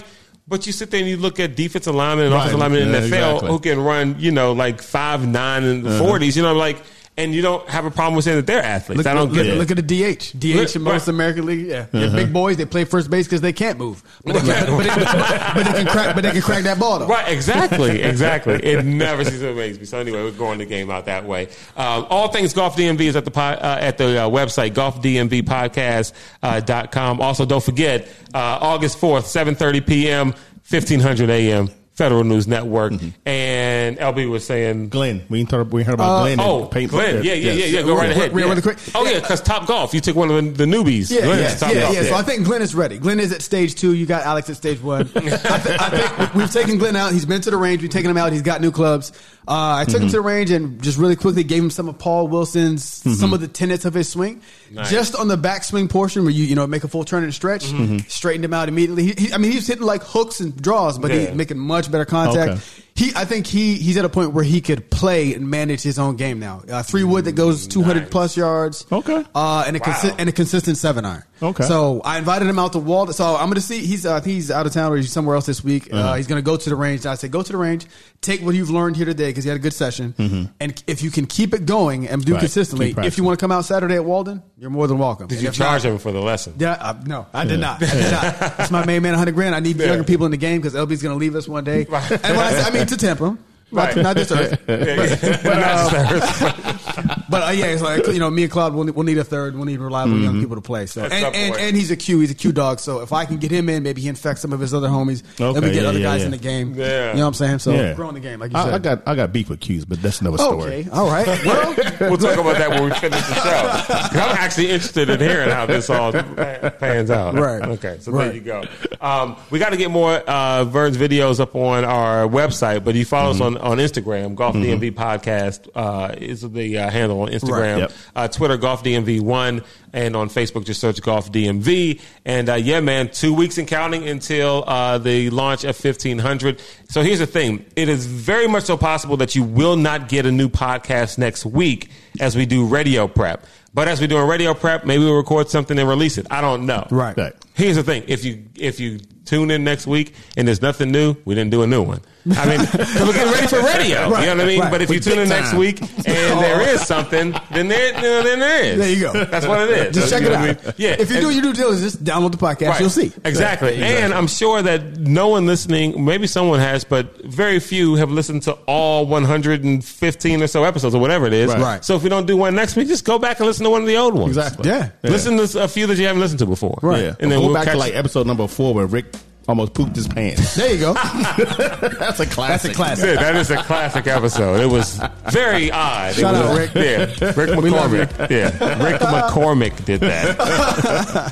[SPEAKER 2] but you sit there and you look at defensive linemen and
[SPEAKER 3] Right.
[SPEAKER 2] offensive linemen in the
[SPEAKER 3] Yeah,
[SPEAKER 2] NFL
[SPEAKER 3] exactly.
[SPEAKER 2] who can run you know like five nine and
[SPEAKER 4] Uh-huh.
[SPEAKER 2] 40s. You know, like, and you don't have a problem with saying that they're athletes. I don't
[SPEAKER 4] look,
[SPEAKER 2] get it.
[SPEAKER 4] look at the DH. DH in
[SPEAKER 2] Look,
[SPEAKER 4] most
[SPEAKER 2] right.
[SPEAKER 4] American league, yeah,
[SPEAKER 3] Uh-huh.
[SPEAKER 4] They're big boys. They play first base because they can't move, but they can, but, they, but- but they can crack. But they can crack that ball though.
[SPEAKER 2] Right, exactly, exactly. It never ceases to amaze me. So anyway, we're going the game out that way. Um, all things golf DMV is at the po- uh, at the uh, website golfdmvpodcast.com. Uh, .com. also, don't forget uh, August fourth, seven thirty p.m., fifteen hundred a.m. Federal News Network.
[SPEAKER 4] Mm-hmm.
[SPEAKER 2] And LB was saying.
[SPEAKER 3] Glenn. We ain't talk, we heard about Glenn. and
[SPEAKER 2] Oh,
[SPEAKER 3] paint-
[SPEAKER 2] Glenn! Yeah, yeah, yeah, yeah. Go right
[SPEAKER 4] Real-
[SPEAKER 2] ahead.
[SPEAKER 4] real-
[SPEAKER 2] yeah.
[SPEAKER 4] really quick.
[SPEAKER 2] Oh yeah, because Top Golf, you took one of the, the newbies.
[SPEAKER 4] Yeah,
[SPEAKER 2] Glenn,
[SPEAKER 4] yeah,
[SPEAKER 2] Top
[SPEAKER 4] yeah,
[SPEAKER 2] Golf,
[SPEAKER 4] yeah. So I think Glenn is ready. Glenn is at stage two. You got Alex at stage one. I, thi- I think we've taken Glenn out. He's been to the range. We've taken him out. He's got new clubs. Uh, I took him to the range and just really quickly gave him some of Paul Wilson's some of the tenets of his swing, just on the backswing portion where you you know make a full turn and stretch, straightened him out immediately. He, he, I mean, he was hitting like hooks and draws, but
[SPEAKER 2] Yeah.
[SPEAKER 4] he's making much better contact.
[SPEAKER 3] Okay.
[SPEAKER 4] He, I think he he's at a point where he could play and manage his own game now. Uh, three wood that goes two hundred
[SPEAKER 2] Nice.
[SPEAKER 4] plus yards.
[SPEAKER 3] Okay.
[SPEAKER 4] uh, and a
[SPEAKER 2] Wow.
[SPEAKER 4] consi- and a consistent seven iron.
[SPEAKER 3] Okay.
[SPEAKER 4] So I invited him out to Walden. So I'm going to see. He's uh, I think he's out of town or he's somewhere else this week.
[SPEAKER 3] Uh-huh.
[SPEAKER 4] Uh, he's going to go to the range. And I said, go to the range, take what you've learned here today because you had a good session, and if you can keep it going and
[SPEAKER 3] Mm-hmm.
[SPEAKER 4] do
[SPEAKER 3] Right.
[SPEAKER 4] consistently,
[SPEAKER 3] Keep
[SPEAKER 4] if you
[SPEAKER 3] practicing.
[SPEAKER 4] want to come out Saturday at Walden, you're more than welcome.
[SPEAKER 2] Did you charge him for the lesson?
[SPEAKER 4] Yeah, uh, no, I did not. I did not. That's my main man, 100 grand. I need younger people in the game because LB's going to leave us one day. And when I, say, I mean to temp him. Not,
[SPEAKER 2] Right.
[SPEAKER 4] not this earth.
[SPEAKER 2] Yeah, yeah. Not just that.
[SPEAKER 4] Um, but uh, yeah, it's like you know, me and Cloud will we'll need a third. We'll need reliable
[SPEAKER 3] Mm-hmm.
[SPEAKER 4] young people to play. So and,
[SPEAKER 2] That's up
[SPEAKER 4] and,
[SPEAKER 2] for it.
[SPEAKER 4] and he's a Q. He's a Q dog. So if I can get him in, maybe he infects some of his other homies. then
[SPEAKER 3] Okay,
[SPEAKER 4] we get
[SPEAKER 3] yeah,
[SPEAKER 4] other
[SPEAKER 3] yeah,
[SPEAKER 4] guys
[SPEAKER 3] yeah.
[SPEAKER 4] in the game.
[SPEAKER 2] Yeah.
[SPEAKER 4] You know what I'm saying? So
[SPEAKER 3] Yeah.
[SPEAKER 4] growing the game, like you said.
[SPEAKER 3] I, I got I got beef with Q's, but that's another story.
[SPEAKER 4] Okay. All right. Well,
[SPEAKER 2] We'll talk about that when we finish the show. 'Cause I'm actually interested in hearing how this all pa- pans out.
[SPEAKER 4] Right.
[SPEAKER 2] Okay. So there
[SPEAKER 4] Right.
[SPEAKER 2] you go. Um, we got to get more uh, Vern's videos up on our website, but you follow
[SPEAKER 4] Mm-hmm.
[SPEAKER 2] us on, on Instagram, Golf DMV Podcast uh, is the uh, handle on Instagram.
[SPEAKER 3] Yep.
[SPEAKER 2] Uh, Twitter, Golf DMV One, and on Facebook, just search Golf DMV. And uh, yeah, man, two weeks and counting until uh, the launch of 1500. So here's the thing it is very much so possible that you will not get a new podcast next week as we do radio prep. But as we do in radio prep, maybe we'll record something and release it. I don't know.
[SPEAKER 4] Right.
[SPEAKER 3] Right.
[SPEAKER 2] Here's the thing: if you if you tune in next week and there's nothing new, we didn't do a new one. I mean, 'cause we're getting ready for radio. You know what I mean?
[SPEAKER 4] Right.
[SPEAKER 2] But if you
[SPEAKER 3] Big
[SPEAKER 2] tune in
[SPEAKER 3] time.
[SPEAKER 2] next week and there is something, then there you know, then there is.
[SPEAKER 4] There you go.
[SPEAKER 2] That's what it is.
[SPEAKER 4] just check
[SPEAKER 2] You
[SPEAKER 4] it
[SPEAKER 2] know
[SPEAKER 4] out.
[SPEAKER 2] what I mean? Yeah.
[SPEAKER 4] If you
[SPEAKER 2] And-
[SPEAKER 4] do your due diligence, just download the podcast.
[SPEAKER 2] Right.
[SPEAKER 4] You'll see.
[SPEAKER 2] Exactly. And I'm sure that no one listening, maybe someone has, but very few have listened to all 115 or so episodes or whatever it is.
[SPEAKER 3] Right.
[SPEAKER 4] Right.
[SPEAKER 2] So if you don't do one next week, just go back and listen to one of the old ones.
[SPEAKER 3] Exactly.
[SPEAKER 4] Yeah.
[SPEAKER 2] Listen to a few that you haven't listened to before.
[SPEAKER 4] Right.
[SPEAKER 3] Yeah.
[SPEAKER 2] And then
[SPEAKER 3] go
[SPEAKER 2] we'll
[SPEAKER 3] back
[SPEAKER 2] catch
[SPEAKER 3] to like episode number four where Rick almost pooped his pants.
[SPEAKER 4] There you go.
[SPEAKER 3] that's a classic.
[SPEAKER 4] That's a classic.
[SPEAKER 2] That's it. That is a classic episode. It was very odd.
[SPEAKER 4] Shout
[SPEAKER 2] It
[SPEAKER 4] out,
[SPEAKER 2] was-
[SPEAKER 4] Rick.
[SPEAKER 2] Yeah, Rick
[SPEAKER 4] We love you.
[SPEAKER 2] McCormick. Yeah, Rick McCormick did that.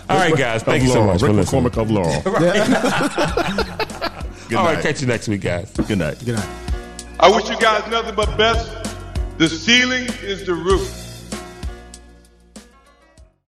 [SPEAKER 2] All right, guys. Thank
[SPEAKER 3] of
[SPEAKER 2] you so
[SPEAKER 3] Laurel.
[SPEAKER 2] much for
[SPEAKER 3] Rick
[SPEAKER 2] listening.
[SPEAKER 3] McCormick of Laurel. Good
[SPEAKER 2] All right,
[SPEAKER 3] night.
[SPEAKER 2] catch you next week, guys.
[SPEAKER 3] Good night.
[SPEAKER 4] Good night.
[SPEAKER 5] I wish you guys nothing but best. The ceiling is the roof.